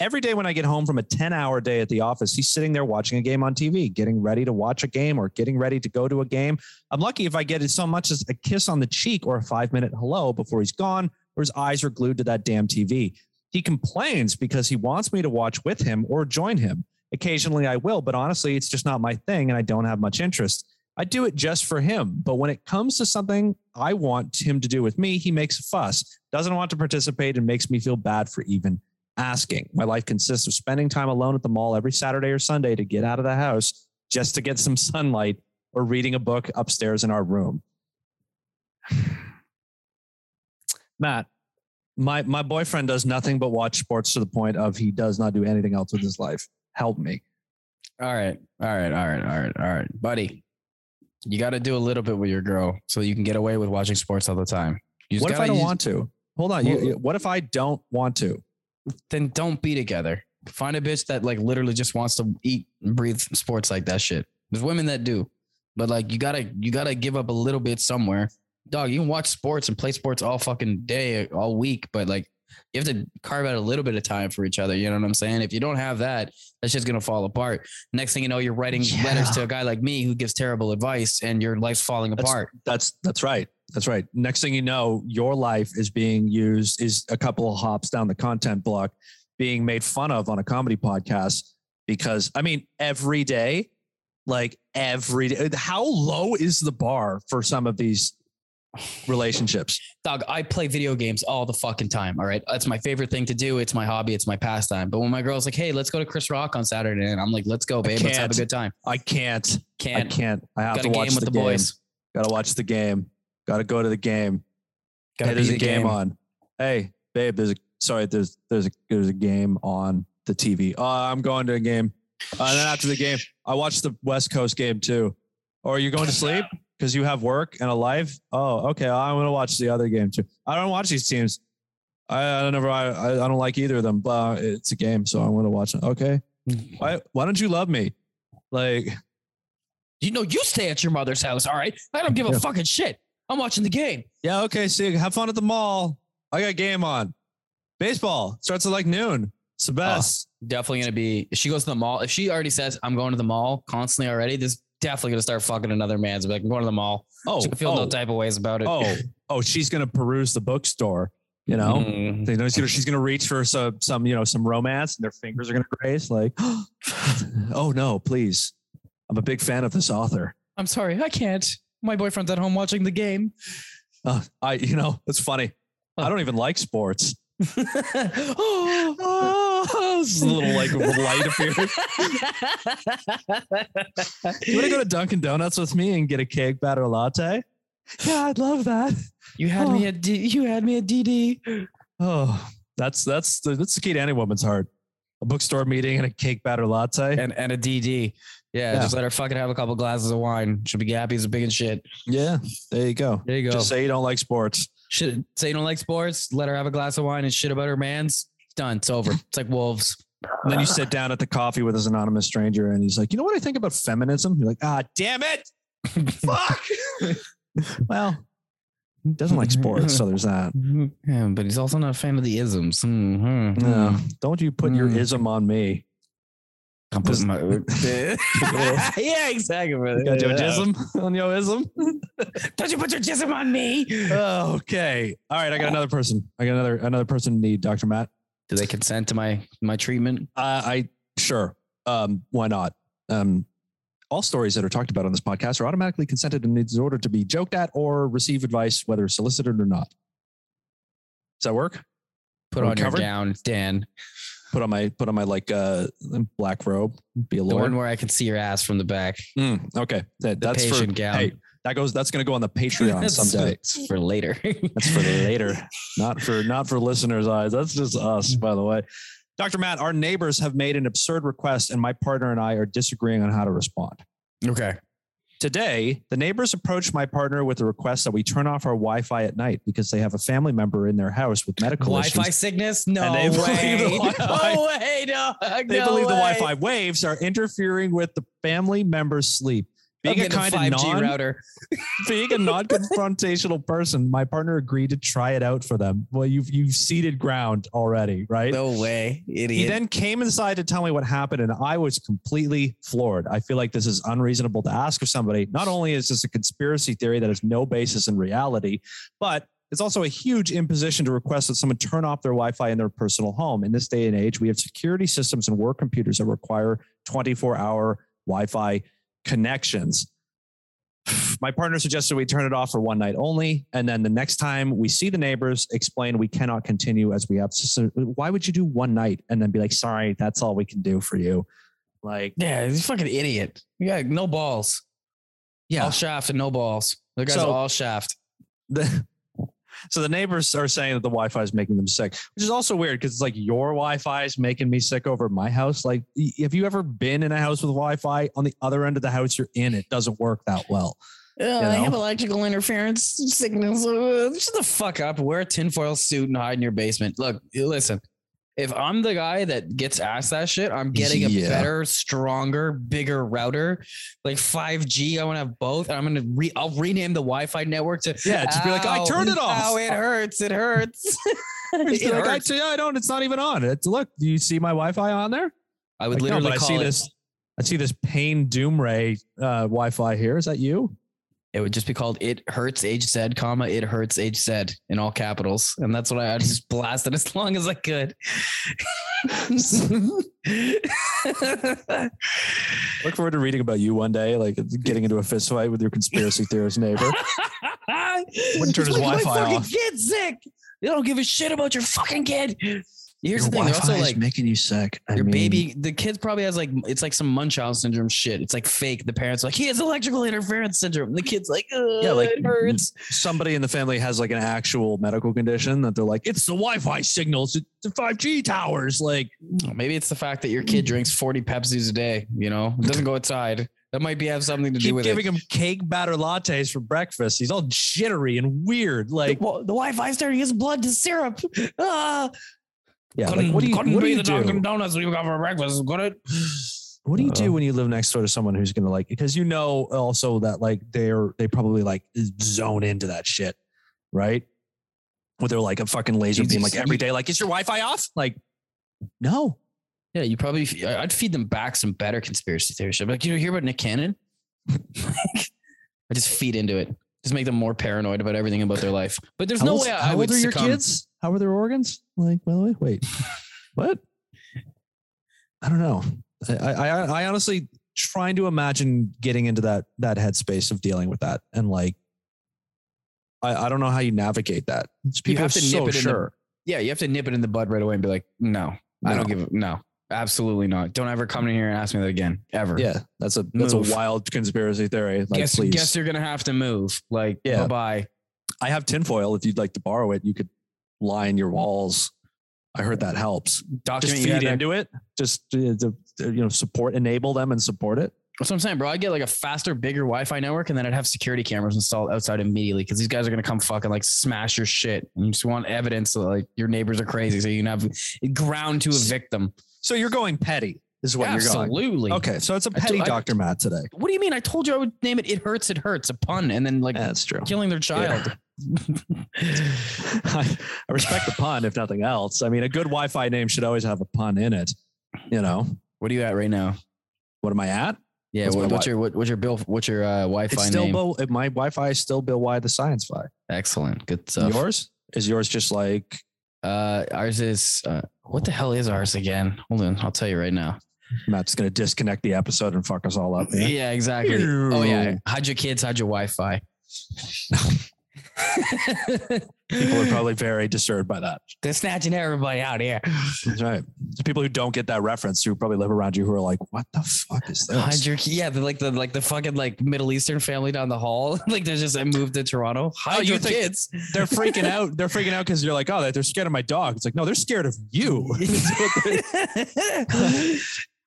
Speaker 1: Every day when I get home from a 10 hour day at the office, he's sitting there watching a game on TV, getting ready to watch a game or getting ready to go to a game. I'm lucky if I get as so much as a kiss on the cheek or a five minute hello before he's gone or his eyes are glued to that damn TV. He complains because he wants me to watch with him or join him. Occasionally I will, but honestly, it's just not my thing and I don't have much interest. I do it just for him. But when it comes to something I want him to do with me, he makes a fuss, doesn't want to participate, and makes me feel bad for even asking. My life consists of spending time alone at the mall every Saturday or Sunday to get out of the house just to get some sunlight or reading a book upstairs in our room. Matt, my my boyfriend does nothing but watch sports to the point of he does not do anything else with his life. Help me.
Speaker 2: All right. All right. All right. All right. All right. Buddy, you got to do a little bit with your girl so you can get away with watching sports all the time. You just
Speaker 1: what if
Speaker 2: gotta-
Speaker 1: I don't
Speaker 2: you just-
Speaker 1: want to? Hold on. You, you- what if I don't want to?
Speaker 2: Then don't be together. Find a bitch that like literally just wants to eat and breathe sports like that shit. There's women that do, but like you gotta you gotta give up a little bit somewhere. Dog, you can watch sports and play sports all fucking day, all week, but like you have to carve out a little bit of time for each other. You know what I'm saying? If you don't have that, that's just gonna fall apart. Next thing you know, you're writing
Speaker 1: Yeah.
Speaker 2: letters to a guy like me who gives terrible advice, and your life's falling apart.
Speaker 1: That's that's right. That's right. Next thing you know, your life is being used is a couple of hops down the content block, being made fun of on a comedy podcast because I mean every day, like every day. How low is the bar for some of these relationships?
Speaker 2: Dog, I play video games all the fucking time. All right. That's my favorite thing to do. It's my hobby. It's my pastime. But when my girl's like, hey, let's go to Chris Rock on Saturday, and I'm like, let's go, babe. Let's have a
Speaker 1: can't.
Speaker 2: good time.
Speaker 1: I can't.
Speaker 2: Can't.
Speaker 1: I can't. I have
Speaker 2: Got
Speaker 1: to
Speaker 2: a
Speaker 1: watch
Speaker 2: game with
Speaker 1: the,
Speaker 2: the,
Speaker 1: game.
Speaker 2: boys.
Speaker 1: Gotta watch the game. Gotta go to the game.
Speaker 2: Gotta
Speaker 1: hey,
Speaker 2: be
Speaker 1: there's
Speaker 2: the
Speaker 1: a game, on. Hey, babe, there's a sorry, there's there's a there's a game on the TV. Oh, I'm going to a game. Uh, and then after the game, I watched the West Coast game too. Or you're going to sleep because you have work and a life. Oh, okay. I'm gonna watch the other game too. I don't watch these teams. I, I don't never. I, I I don't like either of them. But it's a game, so I'm gonna watch it. Okay. Why Why don't you love me? Like
Speaker 2: You know, you stay at your mother's house. All right. I don't give a
Speaker 1: Yeah.
Speaker 2: fucking shit. I'm watching the game.
Speaker 1: Yeah, okay. See, you. have fun at the mall. I got game on. Baseball starts at like noon. It's the best.
Speaker 2: Oh, Definitely going to be, if she goes to the mall, if she already says, I'm going to the mall constantly already, this definitely going to start fucking another man's. Like, I'm going to the mall.
Speaker 1: Oh,
Speaker 2: She'll feel no type of ways about it.
Speaker 1: oh, oh, she's gonna peruse the bookstore. You know,
Speaker 2: Mm.
Speaker 1: They know she's gonna- she's gonna reach for some, some, you know, some romance, and their fingers are gonna graze. Like, oh no, please. I'm a big fan of this author.
Speaker 2: I'm sorry. I can't. My boyfriend's at home watching the game.
Speaker 1: Uh, I, you know, it's funny. I don't even like sports.
Speaker 2: oh,
Speaker 1: Oh, this is a little like light appears. You want to go to Dunkin' Donuts with me and get a cake batter latte? Yeah, I'd love that.
Speaker 2: you had me at D- you had me at DD.
Speaker 1: Oh, that's that's the, that's the key to any woman's heart. A bookstore meeting and a cake batter latte.
Speaker 2: and and a DD. Yeah,
Speaker 1: Yeah.
Speaker 2: just let her fucking have a couple glasses of wine. She'll be happy as a big and shit.
Speaker 1: Yeah, there you go.
Speaker 2: There you go.
Speaker 1: Just say you don't like sports.
Speaker 2: shit, say you don't like sports. Let her have a glass of wine and shit about her man's. It's done. It's over. It's like wolves.
Speaker 1: And then you sit down at the coffee with this anonymous stranger, and he's like, "You know what I think about feminism?" You're like, "Ah, damn it, fuck." well, he doesn't like sports, so there's that.
Speaker 2: Mm-hmm. Yeah, but he's also not a fan of the isms. Mhm.
Speaker 1: No, don't you put your
Speaker 2: Mm.
Speaker 1: ism on me.
Speaker 2: I'm putting my. yeah, exactly. brother.
Speaker 1: You got your jism on your ism.
Speaker 2: Don't you put your jism on me? Do
Speaker 1: okay. All right. I got another person. I got another another person in need, Dr. Matt.
Speaker 2: they consent to my my treatment?
Speaker 1: Uh, I sure. Um, why not? Um, all stories that are talked about on this podcast are automatically consented and it's ordered to be joked at or receive advice, whether solicited or not. Does that work?
Speaker 2: Put
Speaker 1: Are we
Speaker 2: on
Speaker 1: covered?
Speaker 2: your gown, Dan.
Speaker 1: Put on my put on my like uh black robe, be a
Speaker 2: The
Speaker 1: lord.
Speaker 2: one where I can see your ass from the back.
Speaker 1: Mm, okay, that,
Speaker 2: The
Speaker 1: that's for
Speaker 2: patient gown.
Speaker 1: hey, that goes. That's gonna go on the Patreon
Speaker 2: That's
Speaker 1: someday.
Speaker 2: for- for later.
Speaker 1: That's for later, not for not for listeners' eyes. That's just us, by the way. Dr. Matt, our neighbors have made an absurd request, and my partner and I are disagreeing on how to respond.
Speaker 2: okay.
Speaker 1: Today, the neighbors approached my partner with a request that we turn off our Wi-Fi at night because they have a family member in their house with medical
Speaker 2: Wi-Fi
Speaker 1: issues.
Speaker 2: sickness? No
Speaker 1: And they believe the
Speaker 2: way.
Speaker 1: Wi-Fi-
Speaker 2: No way, dog.
Speaker 1: They
Speaker 2: no
Speaker 1: believe the
Speaker 2: way.
Speaker 1: Wi-Fi waves are interfering with the family member's sleep.
Speaker 2: I'm
Speaker 1: Being a
Speaker 2: getting
Speaker 1: kind of
Speaker 2: 5G
Speaker 1: non
Speaker 2: router.
Speaker 1: being a non-confrontational person, my partner agreed to try it out for them. Well, you've you've ceded ground already, right?
Speaker 2: No way, idiot.
Speaker 1: He then came inside to tell me what happened, and I was completely floored. I feel like this is unreasonable to ask of somebody. Not only is this a conspiracy theory that has no basis in reality, but it's also a huge imposition to request that someone turn off their Wi Fi in their personal home. In this day and age, we have security systems and work computers that require 24 hour Wi Fi connections. My partner suggested we turn it off for one night only. And then the next time we see the neighbors, explain we cannot continue as we have. So, why would you do one night and then be like, sorry, that's all we can do for you? Like,
Speaker 2: yeah, he's a fucking idiot. Yeah, no balls.
Speaker 1: yeah.
Speaker 2: All shaft and no balls. The guys
Speaker 1: So-
Speaker 2: are all shaft.
Speaker 1: The- so the neighbors are saying that the Wi-Fi is making them sick, which is also weird because it's like your Wi-Fi is making me sick over my house. Like, y- have you ever been in a house with Wi-Fi on the other end of the house you're in? It doesn't work that well.
Speaker 2: I
Speaker 1: know?
Speaker 2: have electrical interference signals. Uh, Shut the fuck up. Wear a tinfoil suit and hide in your basement. Look, listen. If I'm the guy that gets asked that shit, I'm getting
Speaker 1: Yeah.
Speaker 2: a better, stronger, bigger router, like 5G. I want to have both. I'm gonna re. I'll rename the Wi-Fi network to.
Speaker 1: Yeah, just be like, I
Speaker 2: Ow,
Speaker 1: turned it off.
Speaker 2: Ow, it hurts. It hurts.
Speaker 1: It's
Speaker 2: It
Speaker 1: like, I,
Speaker 2: hurts.
Speaker 1: t- I don't. It's not even on. It's look. Do you see my Wi-Fi on there?
Speaker 2: I would
Speaker 1: Like, no,
Speaker 2: literally
Speaker 1: but I
Speaker 2: call
Speaker 1: see
Speaker 2: it.
Speaker 1: this. I see this Pain Doom Ray uh, Wi-Fi here. Is that you?
Speaker 2: It would just be called "It Hurts HZ, comma It Hurts HZ" in all capitals, and that's what I, I just blasted as long as I could.
Speaker 1: Look forward to reading about you one day, like getting into a fist fight with your conspiracy theorist neighbor.
Speaker 2: Wouldn't
Speaker 1: turn his
Speaker 2: my
Speaker 1: Wi-Fi
Speaker 2: fucking
Speaker 1: off.
Speaker 2: kid's sick. They don't give a shit about your fucking kid. Here's the thing. They're also like
Speaker 1: making you sick. I
Speaker 2: your baby. The kid probably has like it's like some Munchausen syndrome shit. It's like fake. The parents are like he has electrical interference syndrome. The kid's like yeah,
Speaker 1: like-
Speaker 2: like it hurts.
Speaker 1: somebody in the family has like an actual medical condition that they're like, it's the Wi-Fi signals, it's the 5G towers. Like,
Speaker 2: Well, Maybe it's the fact that your kid drinks 40 Pepsis a day, you know, doesn't go outside. That might be have something to do
Speaker 1: keep
Speaker 2: with
Speaker 1: giving
Speaker 2: it.
Speaker 1: him cake batter lattes for breakfast. He's all jittery and weird. Like,
Speaker 2: the, Wi-Fi starting his blood to syrup. Ah,
Speaker 1: yeah, like, what do you, what do, you do?
Speaker 2: Donuts we got for breakfast. Got it?
Speaker 1: What do you do
Speaker 2: Uh,
Speaker 1: when you live next door to someone who's gonna like? Because you know also that like they're they probably like zone into that shit, right? Where they're like a fucking laser
Speaker 2: You
Speaker 1: beam,
Speaker 2: just-
Speaker 1: like every day, like is your Wi-Fi off? Like, no.
Speaker 2: Yeah, you probably. I- I'd feed them back some better conspiracy theories. I'd be like, you know, hear about Nick Cannon? I just feed into it. Just make them more paranoid about everything about their life. But there's
Speaker 1: How
Speaker 2: no
Speaker 1: old-
Speaker 2: way I,
Speaker 1: How
Speaker 2: I would
Speaker 1: old are your
Speaker 2: succumb.
Speaker 1: kids? How are their organs? Like, by the way, wait, what? I don't know. I, I, I- I honestly trying to imagine getting into that that headspace of dealing with that, and like, I, I don't know how you navigate that. These
Speaker 2: You
Speaker 1: People
Speaker 2: have
Speaker 1: are
Speaker 2: to nip
Speaker 1: so
Speaker 2: it in the-
Speaker 1: sure.
Speaker 2: Yeah, you have to nip it in the bud right away and be like, no, I don't
Speaker 1: No.
Speaker 2: give a no. Absolutely not. Don't ever come in here and ask me that again. Ever.
Speaker 1: yeah, that's a that's
Speaker 2: Move.
Speaker 1: a wild conspiracy theory. Like,
Speaker 2: guess,
Speaker 1: please,
Speaker 2: guess you're gonna have to move. Like,
Speaker 1: Yeah.
Speaker 2: bye bye.
Speaker 1: I have tinfoil. If you'd like to borrow it, you could line your walls. I heard that helps. Just
Speaker 2: Document you
Speaker 1: feed
Speaker 2: had that-
Speaker 1: into it. Just uh, to, to, you know, support, enable them, and support it.
Speaker 2: That's what I'm saying, bro. I'd get like a faster, bigger Wi-Fi network, and then I'd have security cameras installed outside immediately because these guys are gonna come fucking like smash your shit. And you just want evidence that like your neighbors are crazy, so you can have ground to evict them.
Speaker 1: So you're going petty, is what you're
Speaker 2: Absolutely.
Speaker 1: going. Okay, so it's a
Speaker 2: I do-
Speaker 1: petty
Speaker 2: I-
Speaker 1: Dr. Matt today.
Speaker 2: What do you mean? I told you I would name it. It hurts. It hurts. A pun, and then like
Speaker 1: That's true.
Speaker 2: killing their child.
Speaker 1: I, I respect the pun, if nothing else. I mean, a good Wi Fi name should always have a pun in it, you know?
Speaker 2: What are you at right now?
Speaker 1: What am I at?
Speaker 2: Yeah.
Speaker 1: What's
Speaker 2: What,
Speaker 1: my
Speaker 2: what's
Speaker 1: wi-
Speaker 2: your what, what's your bill? What's your uh, Wi-Fi
Speaker 1: It's
Speaker 2: name?
Speaker 1: still Bo. My Wi-Fi is still Bill Y the Science Fi.
Speaker 2: Excellent. Good stuff.
Speaker 1: Yours is yours just like
Speaker 2: Uh, ours is uh, what the hell is ours again? Hold on, I'll tell you right now.
Speaker 1: Matt's going to disconnect the episode and fuck us all up. man.
Speaker 2: Yeah, exactly.
Speaker 1: Ew.
Speaker 2: Oh yeah, hide your kids, hide your Wi-Fi.
Speaker 1: People are probably very disturbed by that.
Speaker 2: They're snatching everybody out here.
Speaker 1: That's right. The people who don't get that reference, who probably live around you, who are like, "What the fuck is
Speaker 2: Hide
Speaker 1: this?"
Speaker 2: your yeah, they're like the like the fucking like Middle Eastern family down the hall. like they just I moved to Toronto. Hide
Speaker 1: Oh, you
Speaker 2: your
Speaker 1: think-
Speaker 2: kids.
Speaker 1: They're freaking out. They're freaking out because you're like, "Oh, they're scared of my dog." It's like, no, they're scared of you.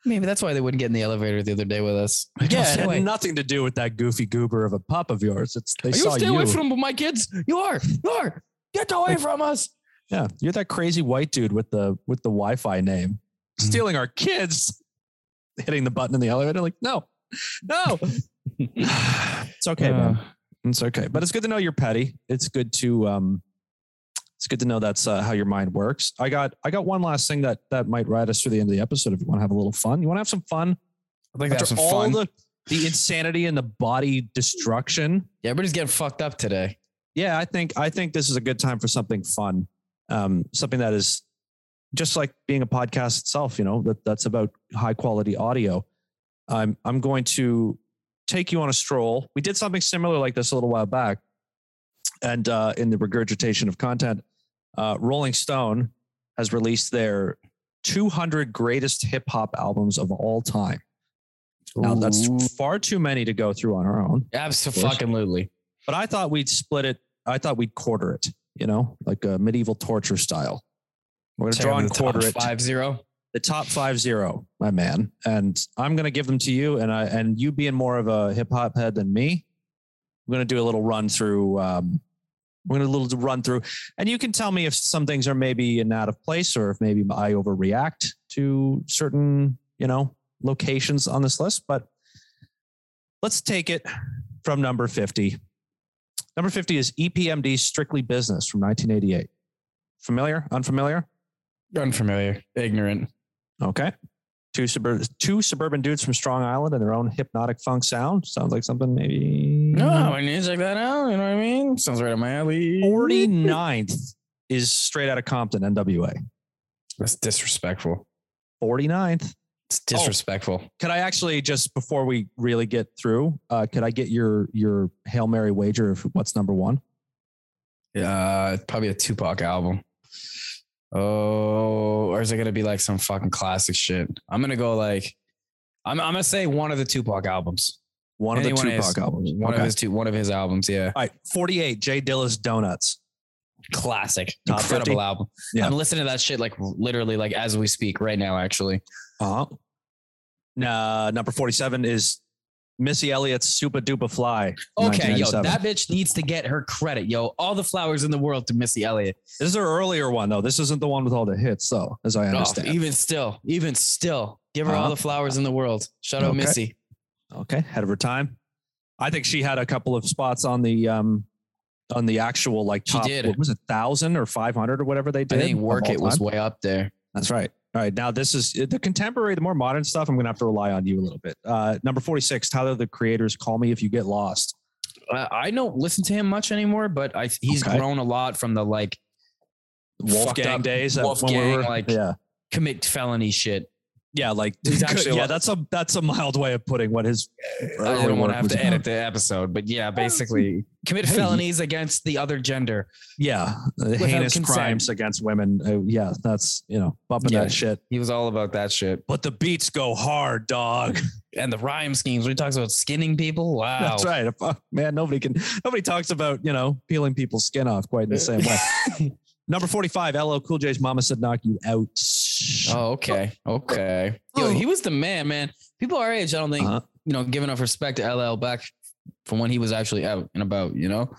Speaker 2: Maybe that's why they wouldn't get in the elevator the other day with us.
Speaker 1: Yeah,
Speaker 2: Stay
Speaker 1: it
Speaker 2: away.
Speaker 1: had nothing to do with that goofy goober of a pup of yours. It's they
Speaker 2: Are
Speaker 1: saw
Speaker 2: you stay
Speaker 1: you.
Speaker 2: away from my kids? You are. You are. Get away from us.
Speaker 1: yeah, you're that crazy white dude with the with the Wi-Fi name,
Speaker 2: Mm-hmm.
Speaker 1: stealing our kids, hitting the button in the elevator. Like, no, no, it's okay, man.
Speaker 2: Uh.
Speaker 1: It's okay, but it's good to know you're petty. It's good to um, it's good to know that's uh, how your mind works. I got I got one last thing that that might ride us through the end of the episode. If you want to have a little fun, you want to have some fun
Speaker 2: I think that's
Speaker 1: after
Speaker 2: some
Speaker 1: all
Speaker 2: fun.
Speaker 1: the the insanity and the body destruction.
Speaker 2: yeah, everybody's getting fucked up today.
Speaker 1: yeah, I think I think this is a good time for something fun, um, something that is just like being a podcast itself. You know that that's about high quality audio. I'm I'm going to take you on a stroll. We did something similar like this a little while back, and uh, in the regurgitation of content, uh, Rolling Stone has released their 200 greatest hip hop albums of all time. Now
Speaker 2: Oh,
Speaker 1: that's
Speaker 2: Ooh.
Speaker 1: far too many to go through on our own.
Speaker 2: absolutely.
Speaker 1: But I thought we'd split it. I thought we'd quarter it, you know, like a medieval torture style. We're going to
Speaker 2: Tear
Speaker 1: draw
Speaker 2: them
Speaker 1: and
Speaker 2: to the top
Speaker 1: quarter it.
Speaker 2: Five zero.
Speaker 1: The top five zero, my man. And I'm going to give them to you. And I, and you being more of a hip hop head than me, we're going to do a little run through. Um, we're going to little run through, and you can tell me if some things are maybe in out of place, or if maybe I overreact to certain, you know, locations on this list. But let's take it from number fifty. Number fifty is E EPMD Strictly Business from 1988. Familiar? Unfamiliar?
Speaker 2: Unfamiliar. Ignorant.
Speaker 1: Okay. Two suburban two suburban dudes from Strong Island and their own hypnotic funk sound. Sounds like something maybe
Speaker 2: No, I need to check that out. You know what I mean? Sounds right up my alley.
Speaker 1: 49th is straight out of Compton, NWA.
Speaker 2: That's disrespectful.
Speaker 1: 49th.
Speaker 2: It's
Speaker 1: Oh.
Speaker 2: disrespectful.
Speaker 1: Could I actually just before we really get through, uh, could I get your your Hail Mary wager of what's number one?
Speaker 2: Uh, probably a Tupac album. Oh, or is it gonna be like some fucking classic shit? I'm gonna go like, I'm I'm gonna say one of the Tupac albums.
Speaker 1: One of
Speaker 2: Any
Speaker 1: the
Speaker 2: one of
Speaker 1: Tupac
Speaker 2: his-
Speaker 1: albums.
Speaker 2: One
Speaker 1: Okay.
Speaker 2: of his two, one of his albums. Yeah,
Speaker 1: all right, 48, Jay Dilla's Donuts.
Speaker 2: classic,
Speaker 1: Top
Speaker 2: incredible
Speaker 1: 50?
Speaker 2: album.
Speaker 1: Yeah.
Speaker 2: I'm listening to that shit like literally like as we speak right now. Actually,
Speaker 1: Uh-huh. Nah, number 47 is Missy Elliott's Super Duper Fly. from
Speaker 2: Okay, yo,
Speaker 1: 1997.
Speaker 2: that bitch needs to get her credit, yo. All the flowers in the world to Missy Elliott.
Speaker 1: This is her earlier one though. This isn't the one with all the hits, though, as I
Speaker 2: Oh,
Speaker 1: understand.
Speaker 2: even still, even still, give her
Speaker 1: Uh-huh.
Speaker 2: all the flowers in the world. Shout out
Speaker 1: Okay.
Speaker 2: Missy.
Speaker 1: okay, ahead of her time. I think she had a couple of spots on the um on the actual like
Speaker 2: She
Speaker 1: top.
Speaker 2: did.
Speaker 1: What was it, thousand or five hundred or whatever they
Speaker 2: I
Speaker 1: did?
Speaker 2: think
Speaker 1: of
Speaker 2: Work
Speaker 1: all
Speaker 2: It was
Speaker 1: time?
Speaker 2: way up there.
Speaker 1: That's right. All right, now this is eh, the contemporary, the more modern stuff. I'm gonna have to rely on you a little bit. Uh, number forty six, Tyler the Creator's "Call Me If You Get Lost."
Speaker 2: I, I don't listen to him much anymore, but I, he's
Speaker 1: Okay.
Speaker 2: grown a lot from the like Fucked
Speaker 1: Wolfgang
Speaker 2: up
Speaker 1: days. that-
Speaker 2: Wolfgang, like-
Speaker 1: yeah,
Speaker 2: commit felony shit.
Speaker 1: yeah, like
Speaker 2: He's actually-
Speaker 1: yeah. That's a that's a mild way of putting what his.
Speaker 2: I don't want
Speaker 1: work
Speaker 2: to have
Speaker 1: was
Speaker 2: to
Speaker 1: about.
Speaker 2: edit the episode, but yeah, basically commit
Speaker 1: Hey, you-
Speaker 2: felonies against the other gender.
Speaker 1: yeah the heinous
Speaker 2: consent.
Speaker 1: crimes against women uh, yeah that's you know bumping
Speaker 2: Yeah.
Speaker 1: that shit
Speaker 2: He was all about that shit.
Speaker 1: but the beats go hard dog
Speaker 2: And the rhyme schemes. When he talks about skinning people, wow.
Speaker 1: that's right Fuck, man nobody can nobody talks about you know peeling people's skin off quite in the same way number 45 LL Cool J's mama said knock you out
Speaker 2: Oh, okay. Okay. Yo, he was the man, man. People our age, I don't think,
Speaker 1: Uh-huh.
Speaker 2: you know, giving enough respect to LL back from when he was actually out and about, you know?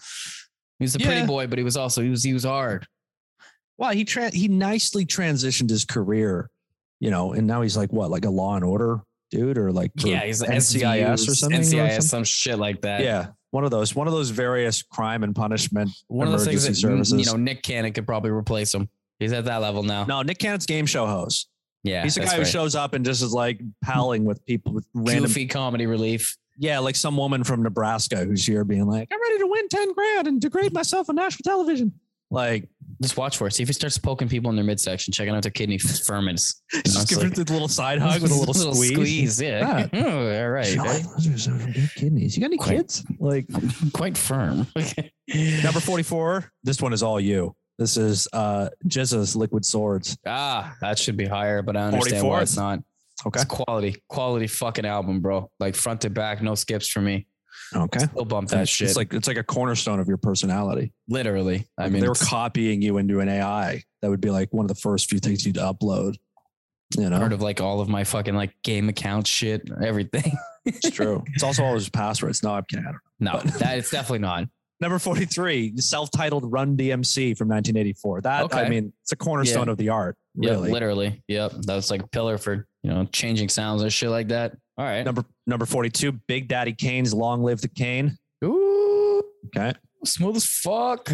Speaker 2: He was a
Speaker 1: Yeah.
Speaker 2: pretty boy, but he was also he was he was hard.
Speaker 1: well he tra- he nicely transitioned his career you know and now he's like what like a law and order dude or like for
Speaker 2: he's
Speaker 1: NCIS or something or
Speaker 2: NCIS,
Speaker 1: something?
Speaker 2: some shit like that.
Speaker 1: yeah one of those one of those various crime and punishment
Speaker 2: One of those things
Speaker 1: emergency
Speaker 2: that
Speaker 1: services
Speaker 2: you know, Nick Cannon could probably replace him. He's at that level now.
Speaker 1: No, Nick Cannon's game show host.
Speaker 2: Uh-huh. Yeah,
Speaker 1: He's the
Speaker 2: that's
Speaker 1: guy who
Speaker 2: right.
Speaker 1: shows up and just is like palling with people with random.
Speaker 2: goofy comedy relief.
Speaker 1: Yeah, like some woman from Nebraska who's here being like, I'm ready to win 10 grand and degrade myself on national television. Like,
Speaker 2: Just watch for it. See if he starts poking people in their midsection, checking out their kidney ferments.
Speaker 1: just give her the little side hug with a little, squeeze.
Speaker 2: Yeah. Oh, all right.
Speaker 1: Jolly losers have good kidneys. You got any
Speaker 2: Quite-
Speaker 1: kids? Like
Speaker 2: Quite firm.
Speaker 1: number 44, this one is all you. This is uh Jizza's Liquid Swords.
Speaker 2: ah, that should be higher, but I understand why it's not.
Speaker 1: Okay.
Speaker 2: It's quality, quality fucking album, bro. Like front to back, no skips for me.
Speaker 1: Okay.
Speaker 2: Still bump that
Speaker 1: it's
Speaker 2: shit.
Speaker 1: like it's like a cornerstone of your personality.
Speaker 2: literally. I mean,
Speaker 1: they were
Speaker 2: it's
Speaker 1: copying you into an AI. That would be like one of the first few things you'd upload. You know,
Speaker 2: part of like all of my fucking like game account shit, everything.
Speaker 1: it's true. It's also all his passwords. No, I'm kidding. I don't know.
Speaker 2: No,
Speaker 1: But-
Speaker 2: that it's definitely not.
Speaker 1: Number 43, self-titled Run DMC from 1984. That I
Speaker 2: Okay.
Speaker 1: mean, it's a cornerstone of the art,
Speaker 2: Yeah,
Speaker 1: really.
Speaker 2: literally. Yep. That was like a pillar for, you know, changing sounds and shit like that. All right.
Speaker 1: number number 42, Big Daddy Kane's Long Live the Kane.
Speaker 2: Ooh,
Speaker 1: Okay.
Speaker 2: smooth as fuck.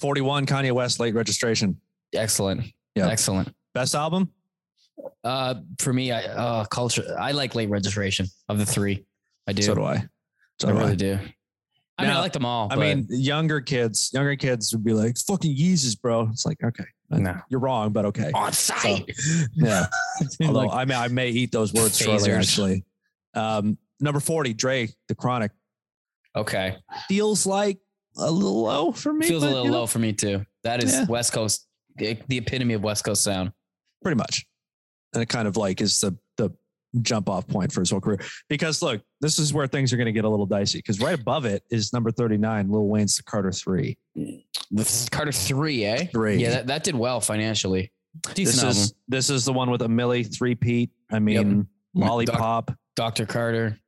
Speaker 1: 41, Kanye West late registration.
Speaker 2: Excellent.
Speaker 1: Yeah.
Speaker 2: Excellent.
Speaker 1: Best album?
Speaker 2: Uh, for me, I uh culture. I like late registration of the three. I do.
Speaker 1: So do I. So
Speaker 2: I
Speaker 1: do
Speaker 2: really
Speaker 1: I.
Speaker 2: do. I mean, I
Speaker 1: Now,
Speaker 2: like them all.
Speaker 1: I mean, younger kids, younger kids would be like, fucking Yeezys, bro. It's like, okay,
Speaker 2: but- no.
Speaker 1: you're wrong, but okay.
Speaker 2: On site.
Speaker 1: Yeah. Although
Speaker 2: Like,
Speaker 1: I may I may eat those words shortly,
Speaker 2: Phasers.
Speaker 1: actually. Um, number 40, Dre, the chronic.
Speaker 2: okay.
Speaker 1: Feels like a little low for me.
Speaker 2: Feels a
Speaker 1: but,
Speaker 2: little
Speaker 1: you know,
Speaker 2: low for me too. That is
Speaker 1: Yeah.
Speaker 2: West Coast, the the epitome of West Coast sound.
Speaker 1: pretty much. And it kind of like is the the jump off point for his whole career. Because look, this is where things are going to get a little dicey. Because right above it is number thirty nine, Lil Wayne's The Carter Three.
Speaker 2: Carter three, eh?
Speaker 1: Three.
Speaker 2: Yeah, that, that did well financially. Decent
Speaker 1: This
Speaker 2: album.
Speaker 1: is this is the one with a Millie three Pete. I mean, lollipop.
Speaker 2: Dr. Carter.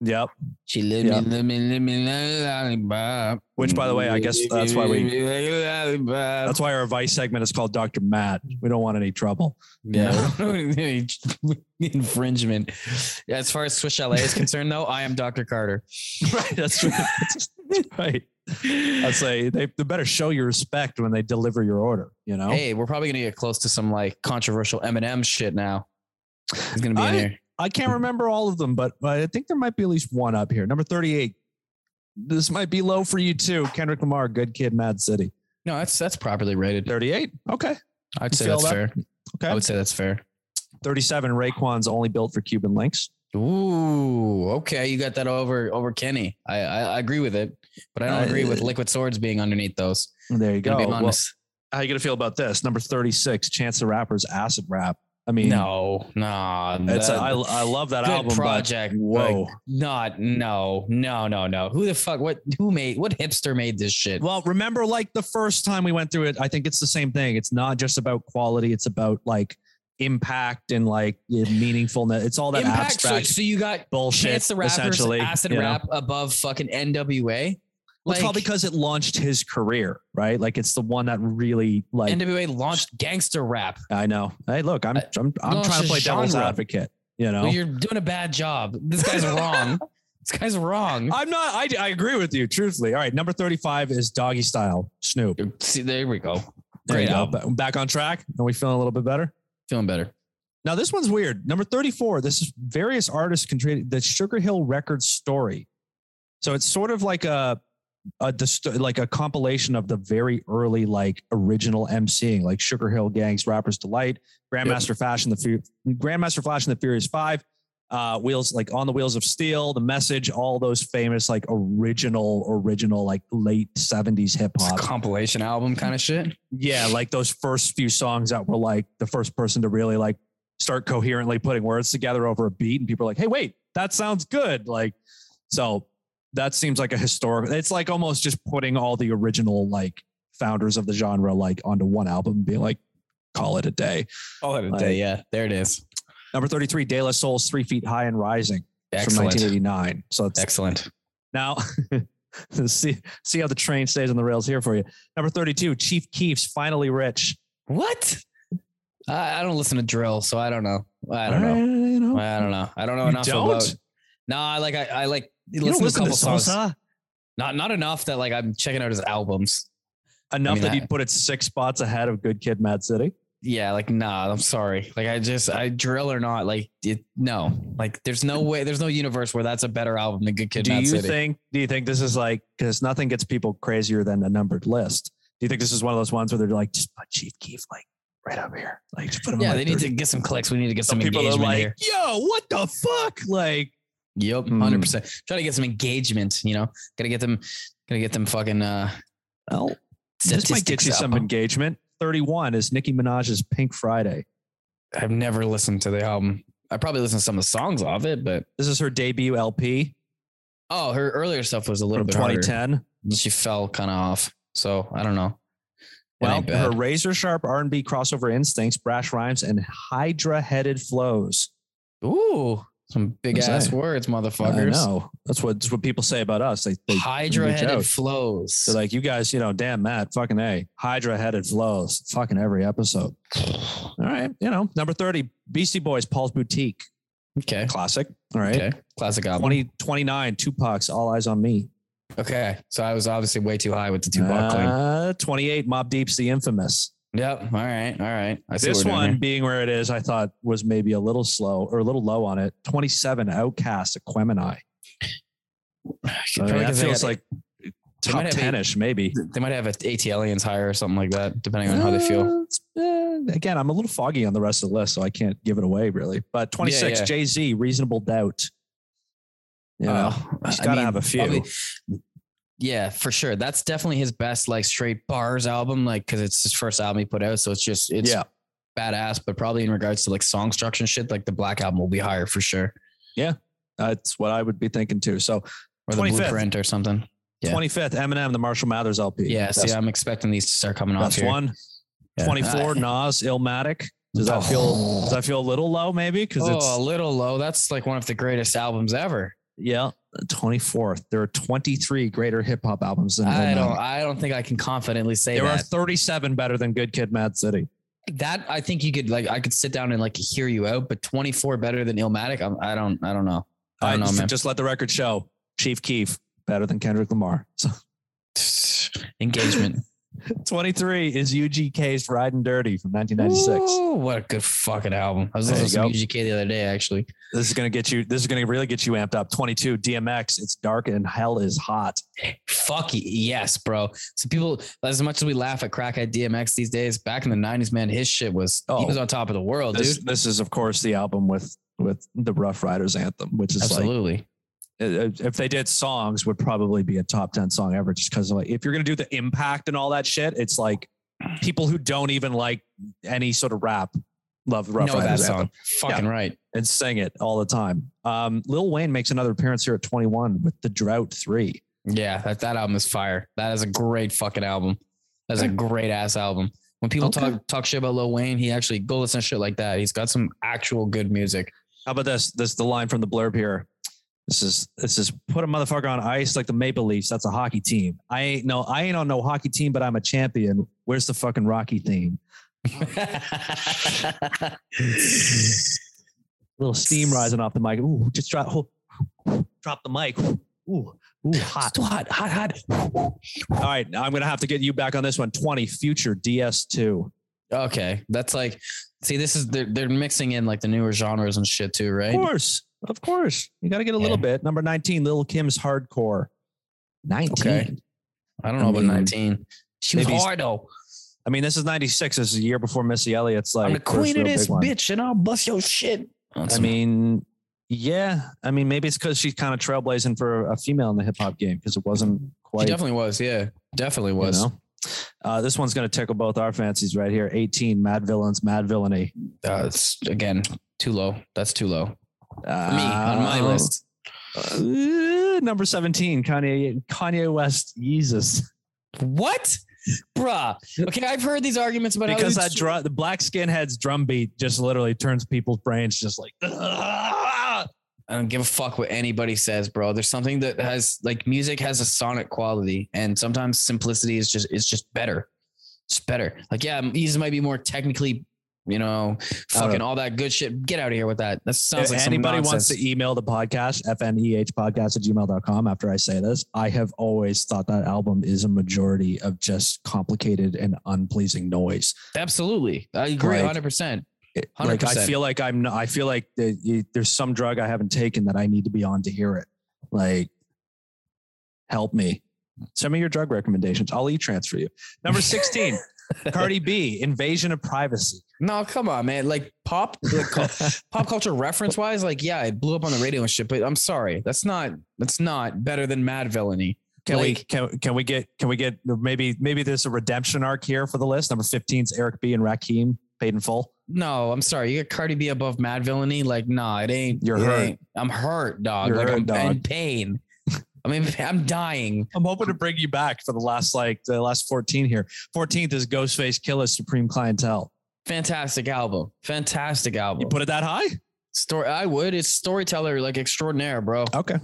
Speaker 1: Yep.
Speaker 2: She lived
Speaker 1: Yeah.
Speaker 2: me, lived me, lived me, like a lollipop.
Speaker 1: Which, by the way, I guess that's why we-
Speaker 2: Lived me like a lollipop.
Speaker 1: That's why our vice segment is called Doctor Matt. We don't want any trouble.
Speaker 2: yeah. Infringement. Yeah, as far as Swiss Chalet is concerned, though, I am Dr. Carter.
Speaker 1: right. That's right. That's right. I'd say they, they better show your respect when they deliver your order. You know.
Speaker 2: Hey, we're probably gonna get close to some like controversial Eminem shit now. It's gonna be in
Speaker 1: I-
Speaker 2: here.
Speaker 1: I can't remember all of them, but I think there might be at least one up here. Number 38. This might be low for you too. Kendrick Lamar, Good Kid, Mad City.
Speaker 2: No, that's that's properly rated.
Speaker 1: 38. Okay.
Speaker 2: I'd say
Speaker 1: feel
Speaker 2: that's
Speaker 1: that?
Speaker 2: fair. I
Speaker 1: Okay.
Speaker 2: would say that's fair.
Speaker 1: 37. Raekwon's only built for Cuban links.
Speaker 2: Ooh, okay, you got that over over Kenny. I I, I agree with it, but I don't
Speaker 1: Uh,
Speaker 2: agree with Liquid Swords being underneath those.
Speaker 1: There you go.
Speaker 2: Gonna be
Speaker 1: Well,
Speaker 2: honest.
Speaker 1: how you gonna feel about this? Number 36, Chance the Rapper's Acid Rap. I mean,
Speaker 2: No, no.
Speaker 1: it's a,
Speaker 2: that-
Speaker 1: I, I love that
Speaker 2: good
Speaker 1: album. but
Speaker 2: project. but
Speaker 1: whoa.
Speaker 2: not no, no, no, no. Who the fuck? What? Who made? What hipster made this shit?
Speaker 1: Well, remember, like the first time we went through it, I think it's the same thing. It's not just about quality; it's about like impact and like meaningfulness. It's all that
Speaker 2: Impact. So,
Speaker 1: abstract
Speaker 2: so you got
Speaker 1: bullshit.
Speaker 2: Chance the Rapper's
Speaker 1: essentially,
Speaker 2: acid
Speaker 1: you know?
Speaker 2: rap above fucking NWA.
Speaker 1: Well, it's probably because it launched his career, right? Like it's the one that really like.
Speaker 2: NWA launched gangster rap.
Speaker 1: I know. Hey, look, I'm
Speaker 2: I-
Speaker 1: I'm I'm
Speaker 2: no,
Speaker 1: trying to
Speaker 2: it's
Speaker 1: play
Speaker 2: a
Speaker 1: devil's
Speaker 2: Uh, genre.
Speaker 1: advocate. You
Speaker 2: Well,
Speaker 1: know,
Speaker 2: You're doing a bad job. This guy's wrong. this guy's wrong.
Speaker 1: I'm not. I I agree with you, truthfully. All right, number thirty-five is Doggy Style, Snoop.
Speaker 2: See, there we go.
Speaker 1: There you
Speaker 2: Great
Speaker 1: go.
Speaker 2: album.
Speaker 1: Ba- Back on track. Are we feeling a little bit better?
Speaker 2: Feeling better.
Speaker 1: Now this one's weird. Number 34, this is various artists contributed the Sugar Hill Records story. So it's sort of like a a dist- like a compilation of the very early like original MCing, like Sugar Hill Gang's Rapper's Delight, Grandmaster Flash and the Fu- Grandmaster Flash and the Furious 5, uh wheels like on the wheels of steel, the message, all those famous like original original like late 70s hip
Speaker 2: It's a
Speaker 1: hop.
Speaker 2: compilation album kind of shit.
Speaker 1: Yeah, like those first few songs that were like the first person to really like start coherently putting words together over a beat, and people are like, "Hey, wait, that sounds good." Like, so that seems like a historical. It's like almost just putting all the original like founders of the genre like onto one album, and being like, "Call it a day."
Speaker 2: Oh,
Speaker 1: Like-
Speaker 2: yeah, there it is.
Speaker 1: Number thirty-three, De La Soul's Three Feet High and Rising from
Speaker 2: Excellent.
Speaker 1: nineteen eighty-nine. So it's
Speaker 2: Excellent.
Speaker 1: now. see see how the train stays on the rails here for you. Number thirty-two, Chief Keef's finally rich.
Speaker 2: What? I, I don't listen to drill, so I don't know. I don't know.
Speaker 1: You know.
Speaker 2: I don't know. I don't know
Speaker 1: You
Speaker 2: enough
Speaker 1: don't?
Speaker 2: about. No, I like I, I like
Speaker 1: You
Speaker 2: listen,
Speaker 1: don't listen
Speaker 2: to
Speaker 1: to
Speaker 2: a couple songs.
Speaker 1: salsa
Speaker 2: Not not enough that like I'm checking out his albums.
Speaker 1: enough
Speaker 2: I mean,
Speaker 1: that
Speaker 2: I-
Speaker 1: you'd put it six spots ahead of Good Kid, Mad City.
Speaker 2: yeah, like nah, I'm sorry. Like I just I drill or not, like it, no. Like there's no way there's no universe where that's a better album than Good Kid
Speaker 1: do
Speaker 2: Mad
Speaker 1: you
Speaker 2: City.
Speaker 1: think? Do you think this is like because nothing gets people crazier than a numbered list? Do you think this is one of those ones where they're like, just put Chief Keef like right up here, like just put him.
Speaker 2: yeah,
Speaker 1: like,
Speaker 2: they need
Speaker 1: 30.
Speaker 2: to get some clicks. We need to get some,
Speaker 1: Some people are
Speaker 2: engagement
Speaker 1: like,
Speaker 2: here.
Speaker 1: yo, what the fuck? Like,
Speaker 2: Yep,
Speaker 1: Hmm.
Speaker 2: hundred percent. Try to get some engagement. You know, gotta get them, gotta get them fucking. uh
Speaker 1: well, this might get
Speaker 2: statistics
Speaker 1: you
Speaker 2: up.
Speaker 1: some engagement. Thirty-one is Nicki Minaj's Pink Friday.
Speaker 2: I've never listened to the album. I probably listened to some of the songs off it, but
Speaker 1: This is her debut LP
Speaker 2: oh, her earlier stuff was a little
Speaker 1: from
Speaker 2: bit harder.
Speaker 1: 2010.
Speaker 2: She fell kind of off, so I don't know. It
Speaker 1: Well,
Speaker 2: ain't
Speaker 1: her
Speaker 2: bad.
Speaker 1: razor sharp R&B crossover instincts, brash rhymes, and hydra-headed flows.
Speaker 2: ooh, some big
Speaker 1: I'm
Speaker 2: ass
Speaker 1: saying.
Speaker 2: words,
Speaker 1: I
Speaker 2: motherfuckers.
Speaker 1: know that's what that's what people say about us. They, they
Speaker 2: Hydra
Speaker 1: out.
Speaker 2: headed flows.
Speaker 1: they're like, you guys, you know, damn Matt, fucking a hydra-headed flows, fucking every episode. All right, you know, number thirty, Beastie Boys, Paul's Boutique,
Speaker 2: okay,
Speaker 1: classic. All right,
Speaker 2: okay, classic album.
Speaker 1: 20, 29, Tupac's All Eyes on Me.
Speaker 2: Okay, so I was obviously way too high with the Tupac claim.
Speaker 1: Uh, 28, Mob Deep's The Infamous.
Speaker 2: Yep. All right. All right. I see
Speaker 1: this
Speaker 2: what we're doing
Speaker 1: one
Speaker 2: here.
Speaker 1: being where it is, I thought was maybe a little slow or a little low on it. 27, Outcast, Aquemini. I mean,
Speaker 2: Probably
Speaker 1: that
Speaker 2: 'cause they
Speaker 1: feels
Speaker 2: had-
Speaker 1: like
Speaker 2: they
Speaker 1: top
Speaker 2: might have
Speaker 1: 10 ish, maybe.
Speaker 2: they might have a aliens higher or something like that, depending on how they feel.
Speaker 1: Uh, it's- uh, again, I'm a little foggy on the rest of the list, so I can't give it away really. But 26,
Speaker 2: yeah.
Speaker 1: Jay Z, Reasonable Doubt. You know,
Speaker 2: Uh,
Speaker 1: she's
Speaker 2: I
Speaker 1: got to
Speaker 2: mean,
Speaker 1: have a few.
Speaker 2: probably- yeah, for sure. That's definitely his best like straight bars album, like because it's his first album he put out, so it's just it's
Speaker 1: yeah.
Speaker 2: badass. But probably in regards to like song structure and shit, like the Black album will be higher for sure,
Speaker 1: That's what I would be thinking too. So
Speaker 2: or
Speaker 1: 25th.
Speaker 2: the Blueprint or something. Yeah.
Speaker 1: 25th, Eminem, the Marshall Mathers LP.
Speaker 2: Yeah, see,
Speaker 1: that's,
Speaker 2: I'm expecting these to start coming off
Speaker 1: that's
Speaker 2: here.
Speaker 1: one.
Speaker 2: Yeah.
Speaker 1: 24, Nas, Illmatic. Does that feel does that feel a little low maybe? Because
Speaker 2: oh, a
Speaker 1: it's
Speaker 2: little low. That's like one of the greatest albums ever.
Speaker 1: yeah, 24th. There are 23 greater hip hop albums than
Speaker 2: I
Speaker 1: Illmatic.
Speaker 2: don't. I don't think I can confidently say
Speaker 1: There
Speaker 2: that.
Speaker 1: are 37 better than Good Kid, Mad City.
Speaker 2: That I think you could like I could sit down and like hear you out, but 24 better than Illmatic. I'm, I don't I don't know. I
Speaker 1: I
Speaker 2: don't know,
Speaker 1: just,
Speaker 2: man.
Speaker 1: just let the record show. Chief Keef better than Kendrick Lamar. So,
Speaker 2: Engagement.
Speaker 1: 23 is UGK's Riding Dirty from 1996.
Speaker 2: Ooh, what a good fucking album. I was
Speaker 1: There you
Speaker 2: listening
Speaker 1: go.
Speaker 2: to some UGK the other day actually.
Speaker 1: This is going to get you this is going to really get you amped up. 22 DMX, It's Dark and Hell is Hot.
Speaker 2: Fuck y- yes, bro. So people as much as we laugh at crackhead DMX these days, back in the 90s, man, his shit was he
Speaker 1: Oh.
Speaker 2: was on top of the world,
Speaker 1: This,
Speaker 2: dude.
Speaker 1: this is of course the album with with the Rough Riders anthem, which is like
Speaker 2: Absolutely.
Speaker 1: uh, if they did songs would probably be a top 10 song ever just because like if you're gonna do the impact and all that shit it's like people who don't even like any sort of rap love rough
Speaker 2: know that
Speaker 1: riders
Speaker 2: song.
Speaker 1: anthem
Speaker 2: Fucking right.
Speaker 1: and sing it all the time um lil wayne makes another appearance here at 21 with the drought 3
Speaker 2: Yeah, that, that album is fire. That is a great fucking album. That's a great ass album. When people
Speaker 1: Okay.
Speaker 2: talk talk shit about Lil Wayne, he actually go listen to shit like that. He's got some actual good music.
Speaker 1: how about this this is the line from the blurb here this is this is put a motherfucker on ice like the maple leafs that's a hockey team i ain't no i ain't on no hockey team but i'm a champion where's the fucking rocky theme little steam rising off the mic. Ooh, just drop, oh, drop the mic. Ooh, ooh, hot.
Speaker 2: Still hot, hot, hot.
Speaker 1: All right, now I'm gonna have to get you back on this one. 20 future DS2.
Speaker 2: Okay, that's like, see, this is they're they're mixing in like the newer genres and shit too, right?
Speaker 1: Of course, of course, you got to get a
Speaker 2: Yeah.
Speaker 1: little bit. Number 19, Little Kim's Hardcore. 19.
Speaker 2: Okay. I don't know
Speaker 1: I
Speaker 2: about
Speaker 1: mean,
Speaker 2: nineteen. She was
Speaker 1: maybe he's-
Speaker 2: hard though.
Speaker 1: I mean, this is 96. This is a year before Missy Elliott's like
Speaker 2: I'm the
Speaker 1: first
Speaker 2: queen of
Speaker 1: real
Speaker 2: this
Speaker 1: big one.
Speaker 2: bitch, and I'll bust your shit.
Speaker 1: I mean, yeah. I mean, maybe it's because she's kind of trailblazing for a female in the hip hop game because it wasn't
Speaker 2: she
Speaker 1: quite.
Speaker 2: definitely was. Yeah, definitely
Speaker 1: you
Speaker 2: was.
Speaker 1: know? Uh, this one's going to tickle both our fancies right here. 18, Mad Villains, Mad Villainy.
Speaker 2: That's Uh, again too low. That's too low.
Speaker 1: Uh,
Speaker 2: For me on
Speaker 1: Oh.
Speaker 2: my list.
Speaker 1: uh, number 17, Kanye, Kanye West, Jesus.
Speaker 2: What? Bruh. Okay, I've heard these arguments about
Speaker 1: Because
Speaker 2: how
Speaker 1: that drum, the black skinhead's drum beat just literally turns people's brains just like, "Ugh."
Speaker 2: I don't give a fuck what anybody says, bro. There's something that has like music has a sonic quality, and sometimes simplicity is just it's just better. It's better. Like yeah, these might be more technically you know, fucking all that good shit. Get out of here with that. That sounds
Speaker 1: if
Speaker 2: like
Speaker 1: anybody wants
Speaker 2: to.
Speaker 1: to email the podcast, fnehpodcast at gmail.com after I say this, I have always thought that album is a majority of just complicated and unpleasing noise.
Speaker 2: Absolutely, I agree,
Speaker 1: Like-
Speaker 2: hundred percent.
Speaker 1: It- like I
Speaker 2: 100%.
Speaker 1: feel like I'm not, I feel like the, you, there's some drug I haven't taken that I need to be on to hear it. Like help me. Send me your drug recommendations. I'll e-transfer you. Number 16, Cardi B, Invasion of Privacy.
Speaker 2: No, come on, man. Like pop, like, cul- pop culture reference wise, like yeah, it blew up on the radio and shit. But I'm sorry, that's not that's not better than Mad Villainy.
Speaker 1: Can we
Speaker 2: Like-
Speaker 1: can, can we get can we get maybe maybe there's a redemption arc here for the list. Number 15 is Eric B and Rakim paid in full.
Speaker 2: No, I'm sorry. You got Cardi B above Mad Villainy. Like nah, it ain't.
Speaker 1: You're
Speaker 2: it
Speaker 1: hurt.
Speaker 2: ain't. I'm hurt, dog.
Speaker 1: You're
Speaker 2: like
Speaker 1: hurt,
Speaker 2: I'm in
Speaker 1: dog.
Speaker 2: pain. I mean, I'm dying.
Speaker 1: I'm hoping to bring you back for the last like the last 14 here. 14th is Ghostface Killer Supreme Clientele.
Speaker 2: Fantastic album. Fantastic
Speaker 1: You
Speaker 2: album.
Speaker 1: put it that high?
Speaker 2: Story. I would. It's storyteller like extraordinaire, bro.
Speaker 1: Okay.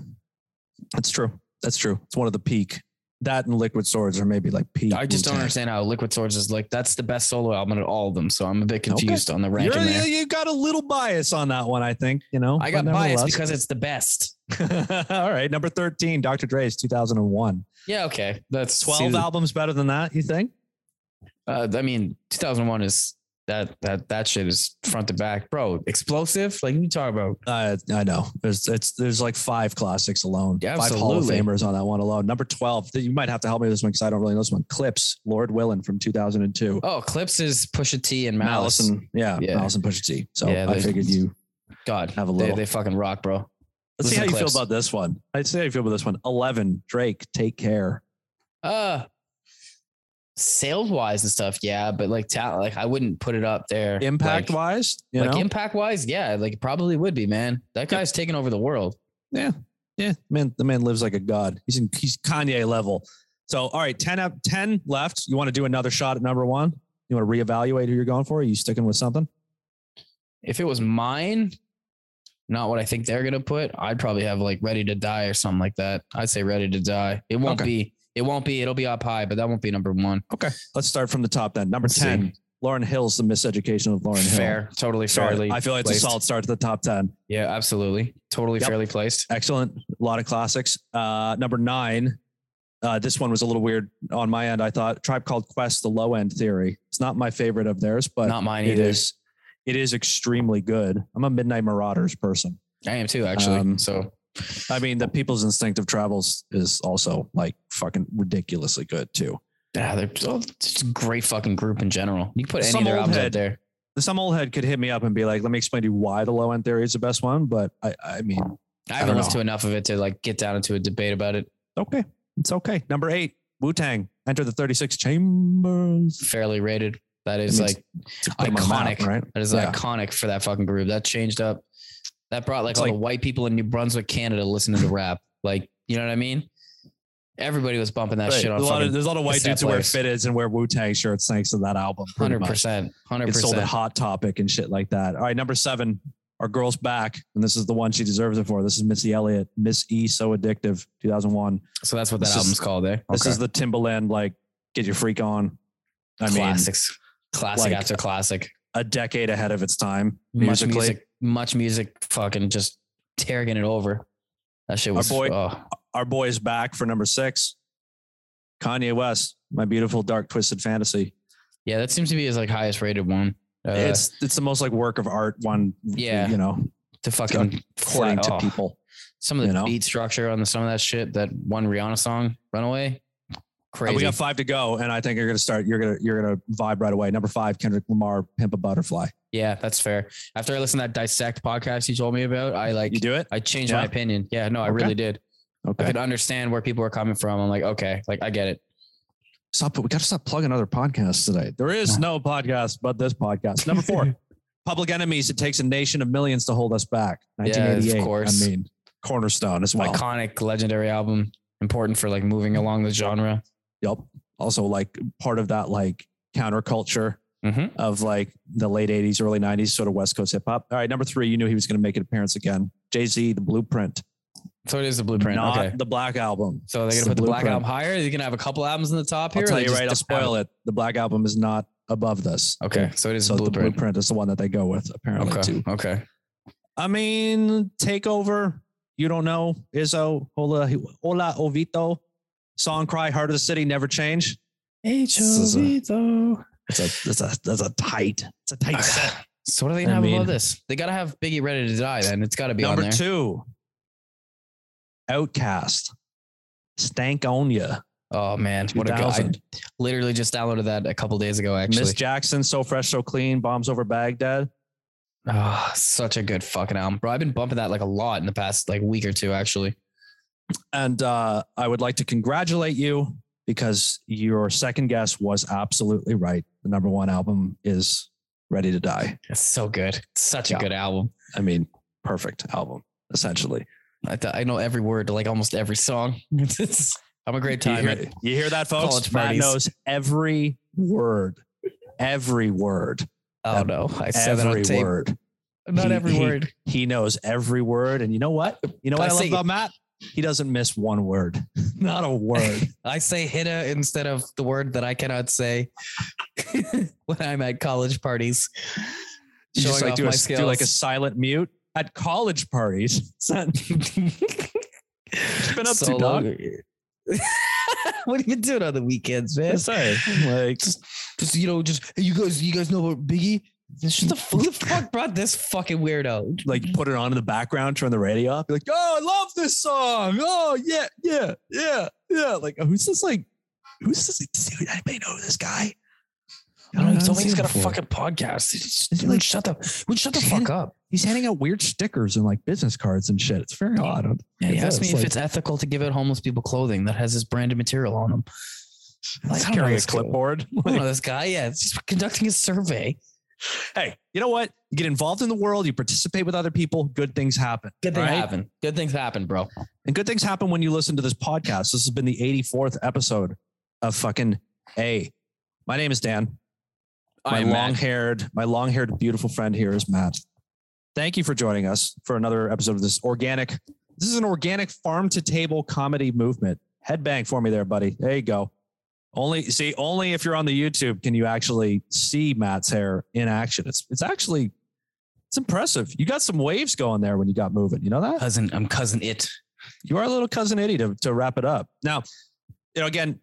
Speaker 1: That's true. That's true. It's one of the peak. That and Liquid Swords are maybe like peak.
Speaker 2: I just don't
Speaker 1: Wu-Tang.
Speaker 2: understand how Liquid Swords is like that's the best solo album of all of them. So I'm a bit confused on the ranking
Speaker 1: You're,
Speaker 2: there.
Speaker 1: you you got a little bias on that one, I think. You know,
Speaker 2: I
Speaker 1: but
Speaker 2: got biased
Speaker 1: nevertheless.
Speaker 2: because it's the best.
Speaker 1: All right, number thirteen, Dr. Dre's 2001.
Speaker 2: Yeah, okay. That's
Speaker 1: 12
Speaker 2: see,
Speaker 1: albums better than that, you think?
Speaker 2: Uh, I mean, 2001 is that that that shit is front to back, bro. Explosive, like you talk about.
Speaker 1: Uh, I know. There's it's there's like five classics alone.
Speaker 2: Yeah,
Speaker 1: five Hall of
Speaker 2: absolutely.
Speaker 1: Famers on that one alone. Number twelve. You might have to help me with this one because I don't really know this one. Clips, Lord Willin from 2002.
Speaker 2: Oh, Clips is Pusha T and Malice.
Speaker 1: Malison, yeah,
Speaker 2: Yeah.
Speaker 1: Malison Pusha T. So
Speaker 2: Yeah,
Speaker 1: I
Speaker 2: they-
Speaker 1: figured you
Speaker 2: God,
Speaker 1: Have a
Speaker 2: they-
Speaker 1: little.
Speaker 2: They, fucking rock, bro.
Speaker 1: Let's see how
Speaker 2: Listen,
Speaker 1: you
Speaker 2: Clips.
Speaker 1: feel about this one. I'd say how you feel about this one. Eleven, Drake, take care.
Speaker 2: Uh sales wise and stuff, yeah, but like talent, like I wouldn't put it up there.
Speaker 1: Impact
Speaker 2: like,
Speaker 1: wise, you
Speaker 2: like
Speaker 1: know,
Speaker 2: impact wise, yeah, like it probably would be, man. That guy's taking over the world.
Speaker 1: yeah, man, the man lives like a god. He's in he's Kanye level. So, all right, ten up, ten left. You want to do another shot at number one? You want to reevaluate who you're going for? Are you sticking with something?
Speaker 2: If it was mine, not what I think they're gonna put, I'd probably have like Ready to Die or something like that. I'd say Ready to Die. It won't
Speaker 1: Okay.
Speaker 2: be. It won't be. It'll be up high, but that won't be number one.
Speaker 1: Let's start from the top then. Number
Speaker 2: Let's
Speaker 1: ten,
Speaker 2: see.
Speaker 1: Lauren Hill's The Miseducation of Lauren Hill.
Speaker 2: Fair, totally
Speaker 1: Sorry,
Speaker 2: fairly.
Speaker 1: I feel like it's
Speaker 2: placed.
Speaker 1: a solid start to the top ten.
Speaker 2: Yeah, absolutely, totally
Speaker 1: Yep.
Speaker 2: fairly placed.
Speaker 1: Excellent. A lot of classics. Uh, number nine. Uh, this one was a little weird on my end. I thought Tribe Called Quest, the low end theory. It's not my favorite of theirs, but
Speaker 2: not mine
Speaker 1: it
Speaker 2: either.
Speaker 1: is. It is extremely good. I'm a Midnight Marauders person.
Speaker 2: I am too, actually.
Speaker 1: Um,
Speaker 2: so
Speaker 1: I mean, the People's Instinctive Travels is also like fucking ridiculously good too.
Speaker 2: yeah, they're oh, it's a great fucking group in general. You can put any
Speaker 1: Some
Speaker 2: of their
Speaker 1: old
Speaker 2: albums out
Speaker 1: head.
Speaker 2: there.
Speaker 1: Some old head could hit me up and be like, "Let me explain to you why the low end theory is the best one." But I, I mean,
Speaker 2: I
Speaker 1: I
Speaker 2: haven't
Speaker 1: don't
Speaker 2: listened
Speaker 1: know.
Speaker 2: to enough of it to like get down into a debate about it.
Speaker 1: okay, it's okay. Number eight, Wu Tang, Enter the Thirty Six Chambers.
Speaker 2: Fairly rated. That is
Speaker 1: means-
Speaker 2: like
Speaker 1: It's put 'em on the map,
Speaker 2: Iconic.
Speaker 1: right?
Speaker 2: That is
Speaker 1: Yeah.
Speaker 2: iconic for that fucking group. That changed up. That brought like
Speaker 1: It's
Speaker 2: all the
Speaker 1: like-
Speaker 2: white people in New Brunswick, Canada, listening to rap. Like, you know what I mean? Everybody was bumping that
Speaker 1: Right.
Speaker 2: shit on
Speaker 1: there's, a lot of,
Speaker 2: fucking
Speaker 1: there's a lot of white
Speaker 2: cassette
Speaker 1: dudes who wear
Speaker 2: players.
Speaker 1: fitteds and wear Wu Tang shirts thanks to that album. pretty
Speaker 2: hundred
Speaker 1: much.
Speaker 2: percent, hundred
Speaker 1: It sold at
Speaker 2: percent.
Speaker 1: Hot Topic and shit like that. All right, number seven, our girl's back, and this is the one she deserves it for. This is Missy Elliott, Miss E, so addictive, 2001.
Speaker 2: So that's what that
Speaker 1: This is-
Speaker 2: album's called. eh? There,
Speaker 1: This is the Timbaland like get your freak on. I
Speaker 2: classics, classic
Speaker 1: like,
Speaker 2: after classic.
Speaker 1: mean, a decade ahead of its time
Speaker 2: Much
Speaker 1: musically.
Speaker 2: music, much music, fucking just tearing it over. That shit
Speaker 1: Our
Speaker 2: was.
Speaker 1: boy-
Speaker 2: oh.
Speaker 1: Our boy is back for number six. Kanye West, my beautiful dark twisted fantasy.
Speaker 2: Yeah, that seems to be his like highest rated one. Uh,
Speaker 1: it's it's the most like work of art one.
Speaker 2: Yeah.
Speaker 1: you know,
Speaker 2: to fucking
Speaker 1: according
Speaker 2: flat-
Speaker 1: to
Speaker 2: oh.
Speaker 1: people.
Speaker 2: Some of the
Speaker 1: you know?
Speaker 2: beat structure on the, some of that shit, that one Rihanna song, Runaway,
Speaker 1: Uh,
Speaker 2: crazy.
Speaker 1: We got five to go, and I think you're gonna start. You're gonna you're gonna vibe right away. Number five, Kendrick Lamar, "Pimp a Butterfly."
Speaker 2: yeah, that's fair. After I listened to that dissect podcast you told me about, I like
Speaker 1: You do it,
Speaker 2: I changed my
Speaker 1: Yeah.
Speaker 2: opinion. Yeah, no, I
Speaker 1: Okay.
Speaker 2: really did. I
Speaker 1: okay?
Speaker 2: could understand where people were coming from. I'm like, okay, like I get it.
Speaker 1: Stop. We gotta stop plugging other podcasts today. There is no podcast but this podcast. Number four, Public Enemies. It takes a nation of millions to hold us back.
Speaker 2: Yeah, of
Speaker 1: 1988.
Speaker 2: course.
Speaker 1: I mean, cornerstone as well.
Speaker 2: Iconic, legendary album, important for like moving along the genre.
Speaker 1: Yep. Also, like part of that like counterculture
Speaker 2: Mhm.
Speaker 1: of like the late 80s, early 90s, sort of West Coast hip hop. All right, number three, you knew he was gonna make an appearance again. Jay Z, the Blueprint,
Speaker 2: So it is the blueprint.
Speaker 1: not
Speaker 2: okay.
Speaker 1: the Black Album.
Speaker 2: So they're
Speaker 1: it's
Speaker 2: gonna
Speaker 1: the
Speaker 2: put the black
Speaker 1: blueprint.
Speaker 2: album higher. They're gonna have a couple albums in the top here.
Speaker 1: I'll
Speaker 2: or
Speaker 1: tell
Speaker 2: they
Speaker 1: you
Speaker 2: just
Speaker 1: right. I'll
Speaker 2: dip out?
Speaker 1: spoil it. The Black Album is not above this.
Speaker 2: Okay. So it is
Speaker 1: So
Speaker 2: a
Speaker 1: the
Speaker 2: blueprint.
Speaker 1: blueprint is the one that they go with apparently
Speaker 2: Okay.
Speaker 1: too.
Speaker 2: Okay.
Speaker 1: I mean, takeover. You don't know Izzo, Hola, Hola Ovito, song cry, heart of the city, never change.
Speaker 2: H
Speaker 1: is a-
Speaker 2: though.
Speaker 1: It's a that's a that's a tight. It's a tight set.
Speaker 2: So what are they
Speaker 1: I
Speaker 2: gonna have
Speaker 1: mean-
Speaker 2: above this? They gotta have Biggie ready to die. Then it's gotta be on
Speaker 1: Number
Speaker 2: there.
Speaker 1: two, Outcast, Stank on ya.
Speaker 2: Oh man, what a guy!
Speaker 1: 2000.
Speaker 2: Literally just downloaded that a couple days ago. Actually,
Speaker 1: Miss Jackson, so fresh, so clean, bombs over Baghdad.
Speaker 2: oh, such a good fucking album, bro. I've been bumping that like a lot in the past like week or two, actually.
Speaker 1: And uh, I would like to congratulate you because your second guess was absolutely right. The number one album is Ready to Die.
Speaker 2: It's so good. Such
Speaker 1: Yeah.
Speaker 2: a good album.
Speaker 1: I mean, perfect album, essentially.
Speaker 2: I, th- I know every word, to, like almost every song. It's- I'm a great
Speaker 1: You
Speaker 2: time.
Speaker 1: hear, you hear that, folks?
Speaker 2: College
Speaker 1: Matt
Speaker 2: parties.
Speaker 1: knows every word, every word,
Speaker 2: oh no, I said that on
Speaker 1: every
Speaker 2: tape.
Speaker 1: word.
Speaker 2: Not
Speaker 1: He-
Speaker 2: every
Speaker 1: he-
Speaker 2: word.
Speaker 1: He knows every word. And you know what? You know what
Speaker 2: I
Speaker 1: I, love
Speaker 2: say-
Speaker 1: about Matt? He doesn't miss one word, not a word.
Speaker 2: I say "hitta" instead of the word that I cannot say when I'm at college parties.
Speaker 1: You
Speaker 2: Showing
Speaker 1: just like
Speaker 2: off
Speaker 1: do
Speaker 2: my
Speaker 1: a, do like a
Speaker 2: skills.
Speaker 1: silent mute at college parties. It's been up
Speaker 2: So
Speaker 1: to dog.
Speaker 2: long. what have you been doing on the weekends, man?
Speaker 1: Yes, sir. Like
Speaker 2: Just you know, just hey, you guys, you guys know about Biggie. Just the, who the fuck brought this fucking weirdo?
Speaker 1: like put it on in the background, turn the radio off. Be like, oh, I love this song. Oh yeah, yeah, yeah, yeah. Like who's this? Like who's this? Does he- anybody know this guy?
Speaker 2: I don't know. He told
Speaker 1: I've
Speaker 2: me he's
Speaker 1: seen
Speaker 2: got a
Speaker 1: before.
Speaker 2: fucking podcast. He's just- like, shut the, would shut the fuck up.
Speaker 1: He's handing out weird stickers and like business cards and shit. It's very odd.
Speaker 2: Yeah, he asked me if
Speaker 1: Like,
Speaker 2: it's ethical to give out homeless people clothing that has his branded material on them. Like, I don't know
Speaker 1: carrying a
Speaker 2: this guy.
Speaker 1: clipboard.
Speaker 2: I don't know this guy. Yeah, it's just conducting a survey.
Speaker 1: hey, you know what? You get involved in the world. You participate with other people. Good things happen.
Speaker 2: Good things
Speaker 1: right?
Speaker 2: happen. Good things happen, bro.
Speaker 1: And good things happen when you listen to this podcast. This has been the 84th episode of fucking A. My name is Dan. My
Speaker 2: I'm Matt.
Speaker 1: long-haired, my long-haired beautiful friend here is Matt. Thank you for joining us for another episode of this organic. This is an organic farm to table comedy movement. Headbang for me there, buddy. There you go. Only see, only if you're on the YouTube can you actually see Matt's hair in action. It's it's actually it's impressive. You got some waves going there when you got moving. You know that?
Speaker 2: cousin. I'm cousin it.
Speaker 1: you are a little cousin Eddie to, to wrap it up. Now, you know, again,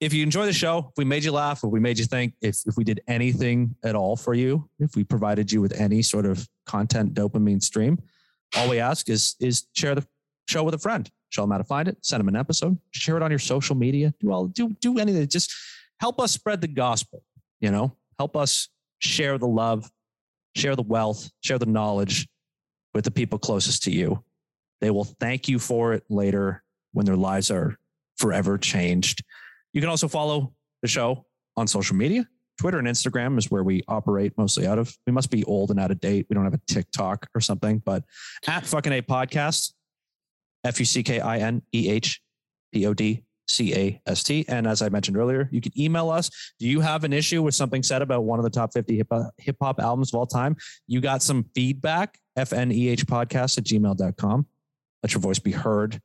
Speaker 1: if you enjoy the show, if we made you laugh, if we made you think, if, if we did anything at all for you, if we provided you with any sort of content dopamine stream, all we ask is is share the show with a friend. Show them how to find it, send them an episode, share it on your social media. Do all do do anything. Just help us spread the gospel, you know, help us share the love, share the wealth, share the knowledge with the people closest to you. They will thank you for it later when their lives are forever changed. You can also follow the show on social media. Twitter and Instagram is where we operate mostly out of. We must be old and out of date. We don't have a TikTok or something, but at fucking a podcast, F U C K I N E H P O D C A S T. And as I mentioned earlier, you can email us. Do you have an issue with something said about one of the top 50 hip hop- hip hop albums of all time? You got some feedback, FNEH podcast at gmail.com let your voice be heard.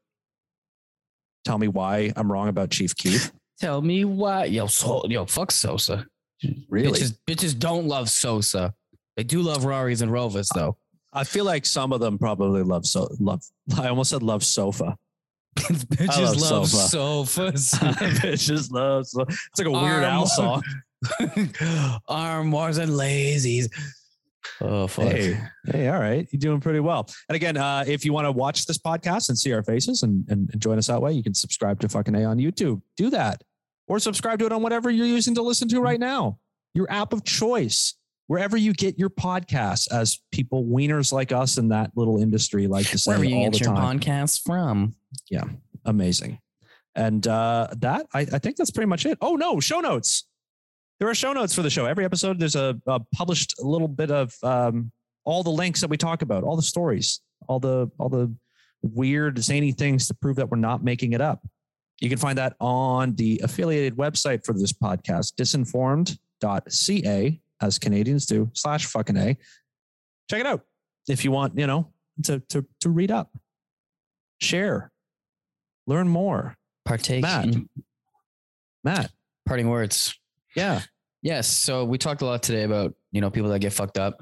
Speaker 1: Tell me why I'm wrong about Chief Keith.
Speaker 2: Tell me why. Yo, so, yo, fuck Sosa. Bitches, bitches don't love Sosa. They do love Raris and Rovas, though.
Speaker 1: I feel like some of them probably love so love. I almost said love sofa.
Speaker 2: bitches
Speaker 1: love
Speaker 2: love sofas.
Speaker 1: Bitches love. So- it's like a weird owl
Speaker 2: Arm-
Speaker 1: song.
Speaker 2: Armoires and lazies. Oh, fuck.
Speaker 1: Hey, hey, all right, you're doing pretty well. And again, uh, if you want to watch this podcast and see our faces and, and, and join us that way, you can subscribe to fucking A on YouTube. Do that, or subscribe to it on whatever you're using to listen to right now, your app of choice, wherever you get your podcasts. As people wieners like us in that little industry like to say
Speaker 2: Wherever you
Speaker 1: all the
Speaker 2: get your
Speaker 1: time,
Speaker 2: podcast from.
Speaker 1: amazing. And uh, that I, I think that's pretty much it. Oh no, show notes. There are show notes for the show. Every episode, there's a, a published little bit of um, all the links that we talk about, all the stories, all the all the weird zany things to prove that we're not making it up. You can find that on the affiliated website for this podcast, disinformed.ca, as Canadians do, slash fucking A. Check it out if you want, you know, to to to read up, share, learn more.
Speaker 2: Partake
Speaker 1: Matt.
Speaker 2: in
Speaker 1: Matt.
Speaker 2: parting words.
Speaker 1: Yeah.
Speaker 2: Yes. So we talked a lot today about, you know, people that get fucked up,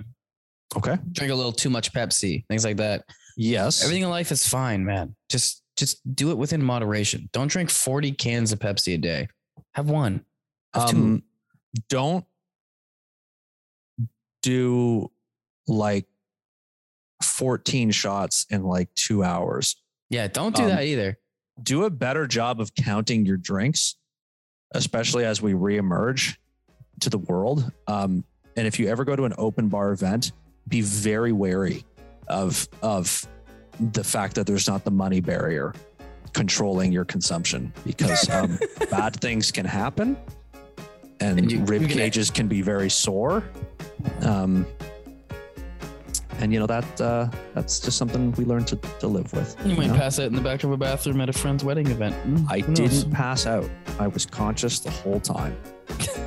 Speaker 1: Okay.
Speaker 2: drink a little too much Pepsi, things like that.
Speaker 1: Yes.
Speaker 2: Everything in life is fine, man. Just just do it within moderation. Don't drink 40 cans of Pepsi a day. Have one. Have two.
Speaker 1: um, don't do like 14 shots in like two hours.
Speaker 2: Yeah, don't do
Speaker 1: um,
Speaker 2: that either.
Speaker 1: Do a better job of counting your drinks, especially as we reemerge to the world. Um, and if you ever go to an open bar event, be very wary of of the fact that there's not the money barrier controlling your consumption because um, bad things can happen and,
Speaker 2: And you-
Speaker 1: rib
Speaker 2: you can-
Speaker 1: cages can be very sore um, and you know that uh, that's just something we learn to, to live with
Speaker 2: You might
Speaker 1: know?
Speaker 2: pass out in the back of a bathroom at a friend's wedding event. Mm,
Speaker 1: i
Speaker 2: who knows?
Speaker 1: didn't pass out i was conscious the whole time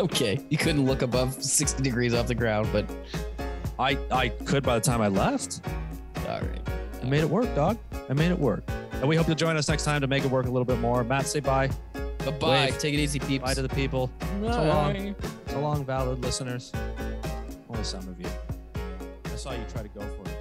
Speaker 2: Okay. You couldn't look above 60 degrees off the ground, but
Speaker 1: i i could by the time i left
Speaker 2: all right.
Speaker 1: i made it work dog i made it work and we hope you'll join us next time to make it work a little bit more matt say bye
Speaker 2: Bye bye.
Speaker 1: Wave.
Speaker 2: Take it easy, peeps.
Speaker 1: bye to the people so long so long valid listeners only some of you i saw you try to go for it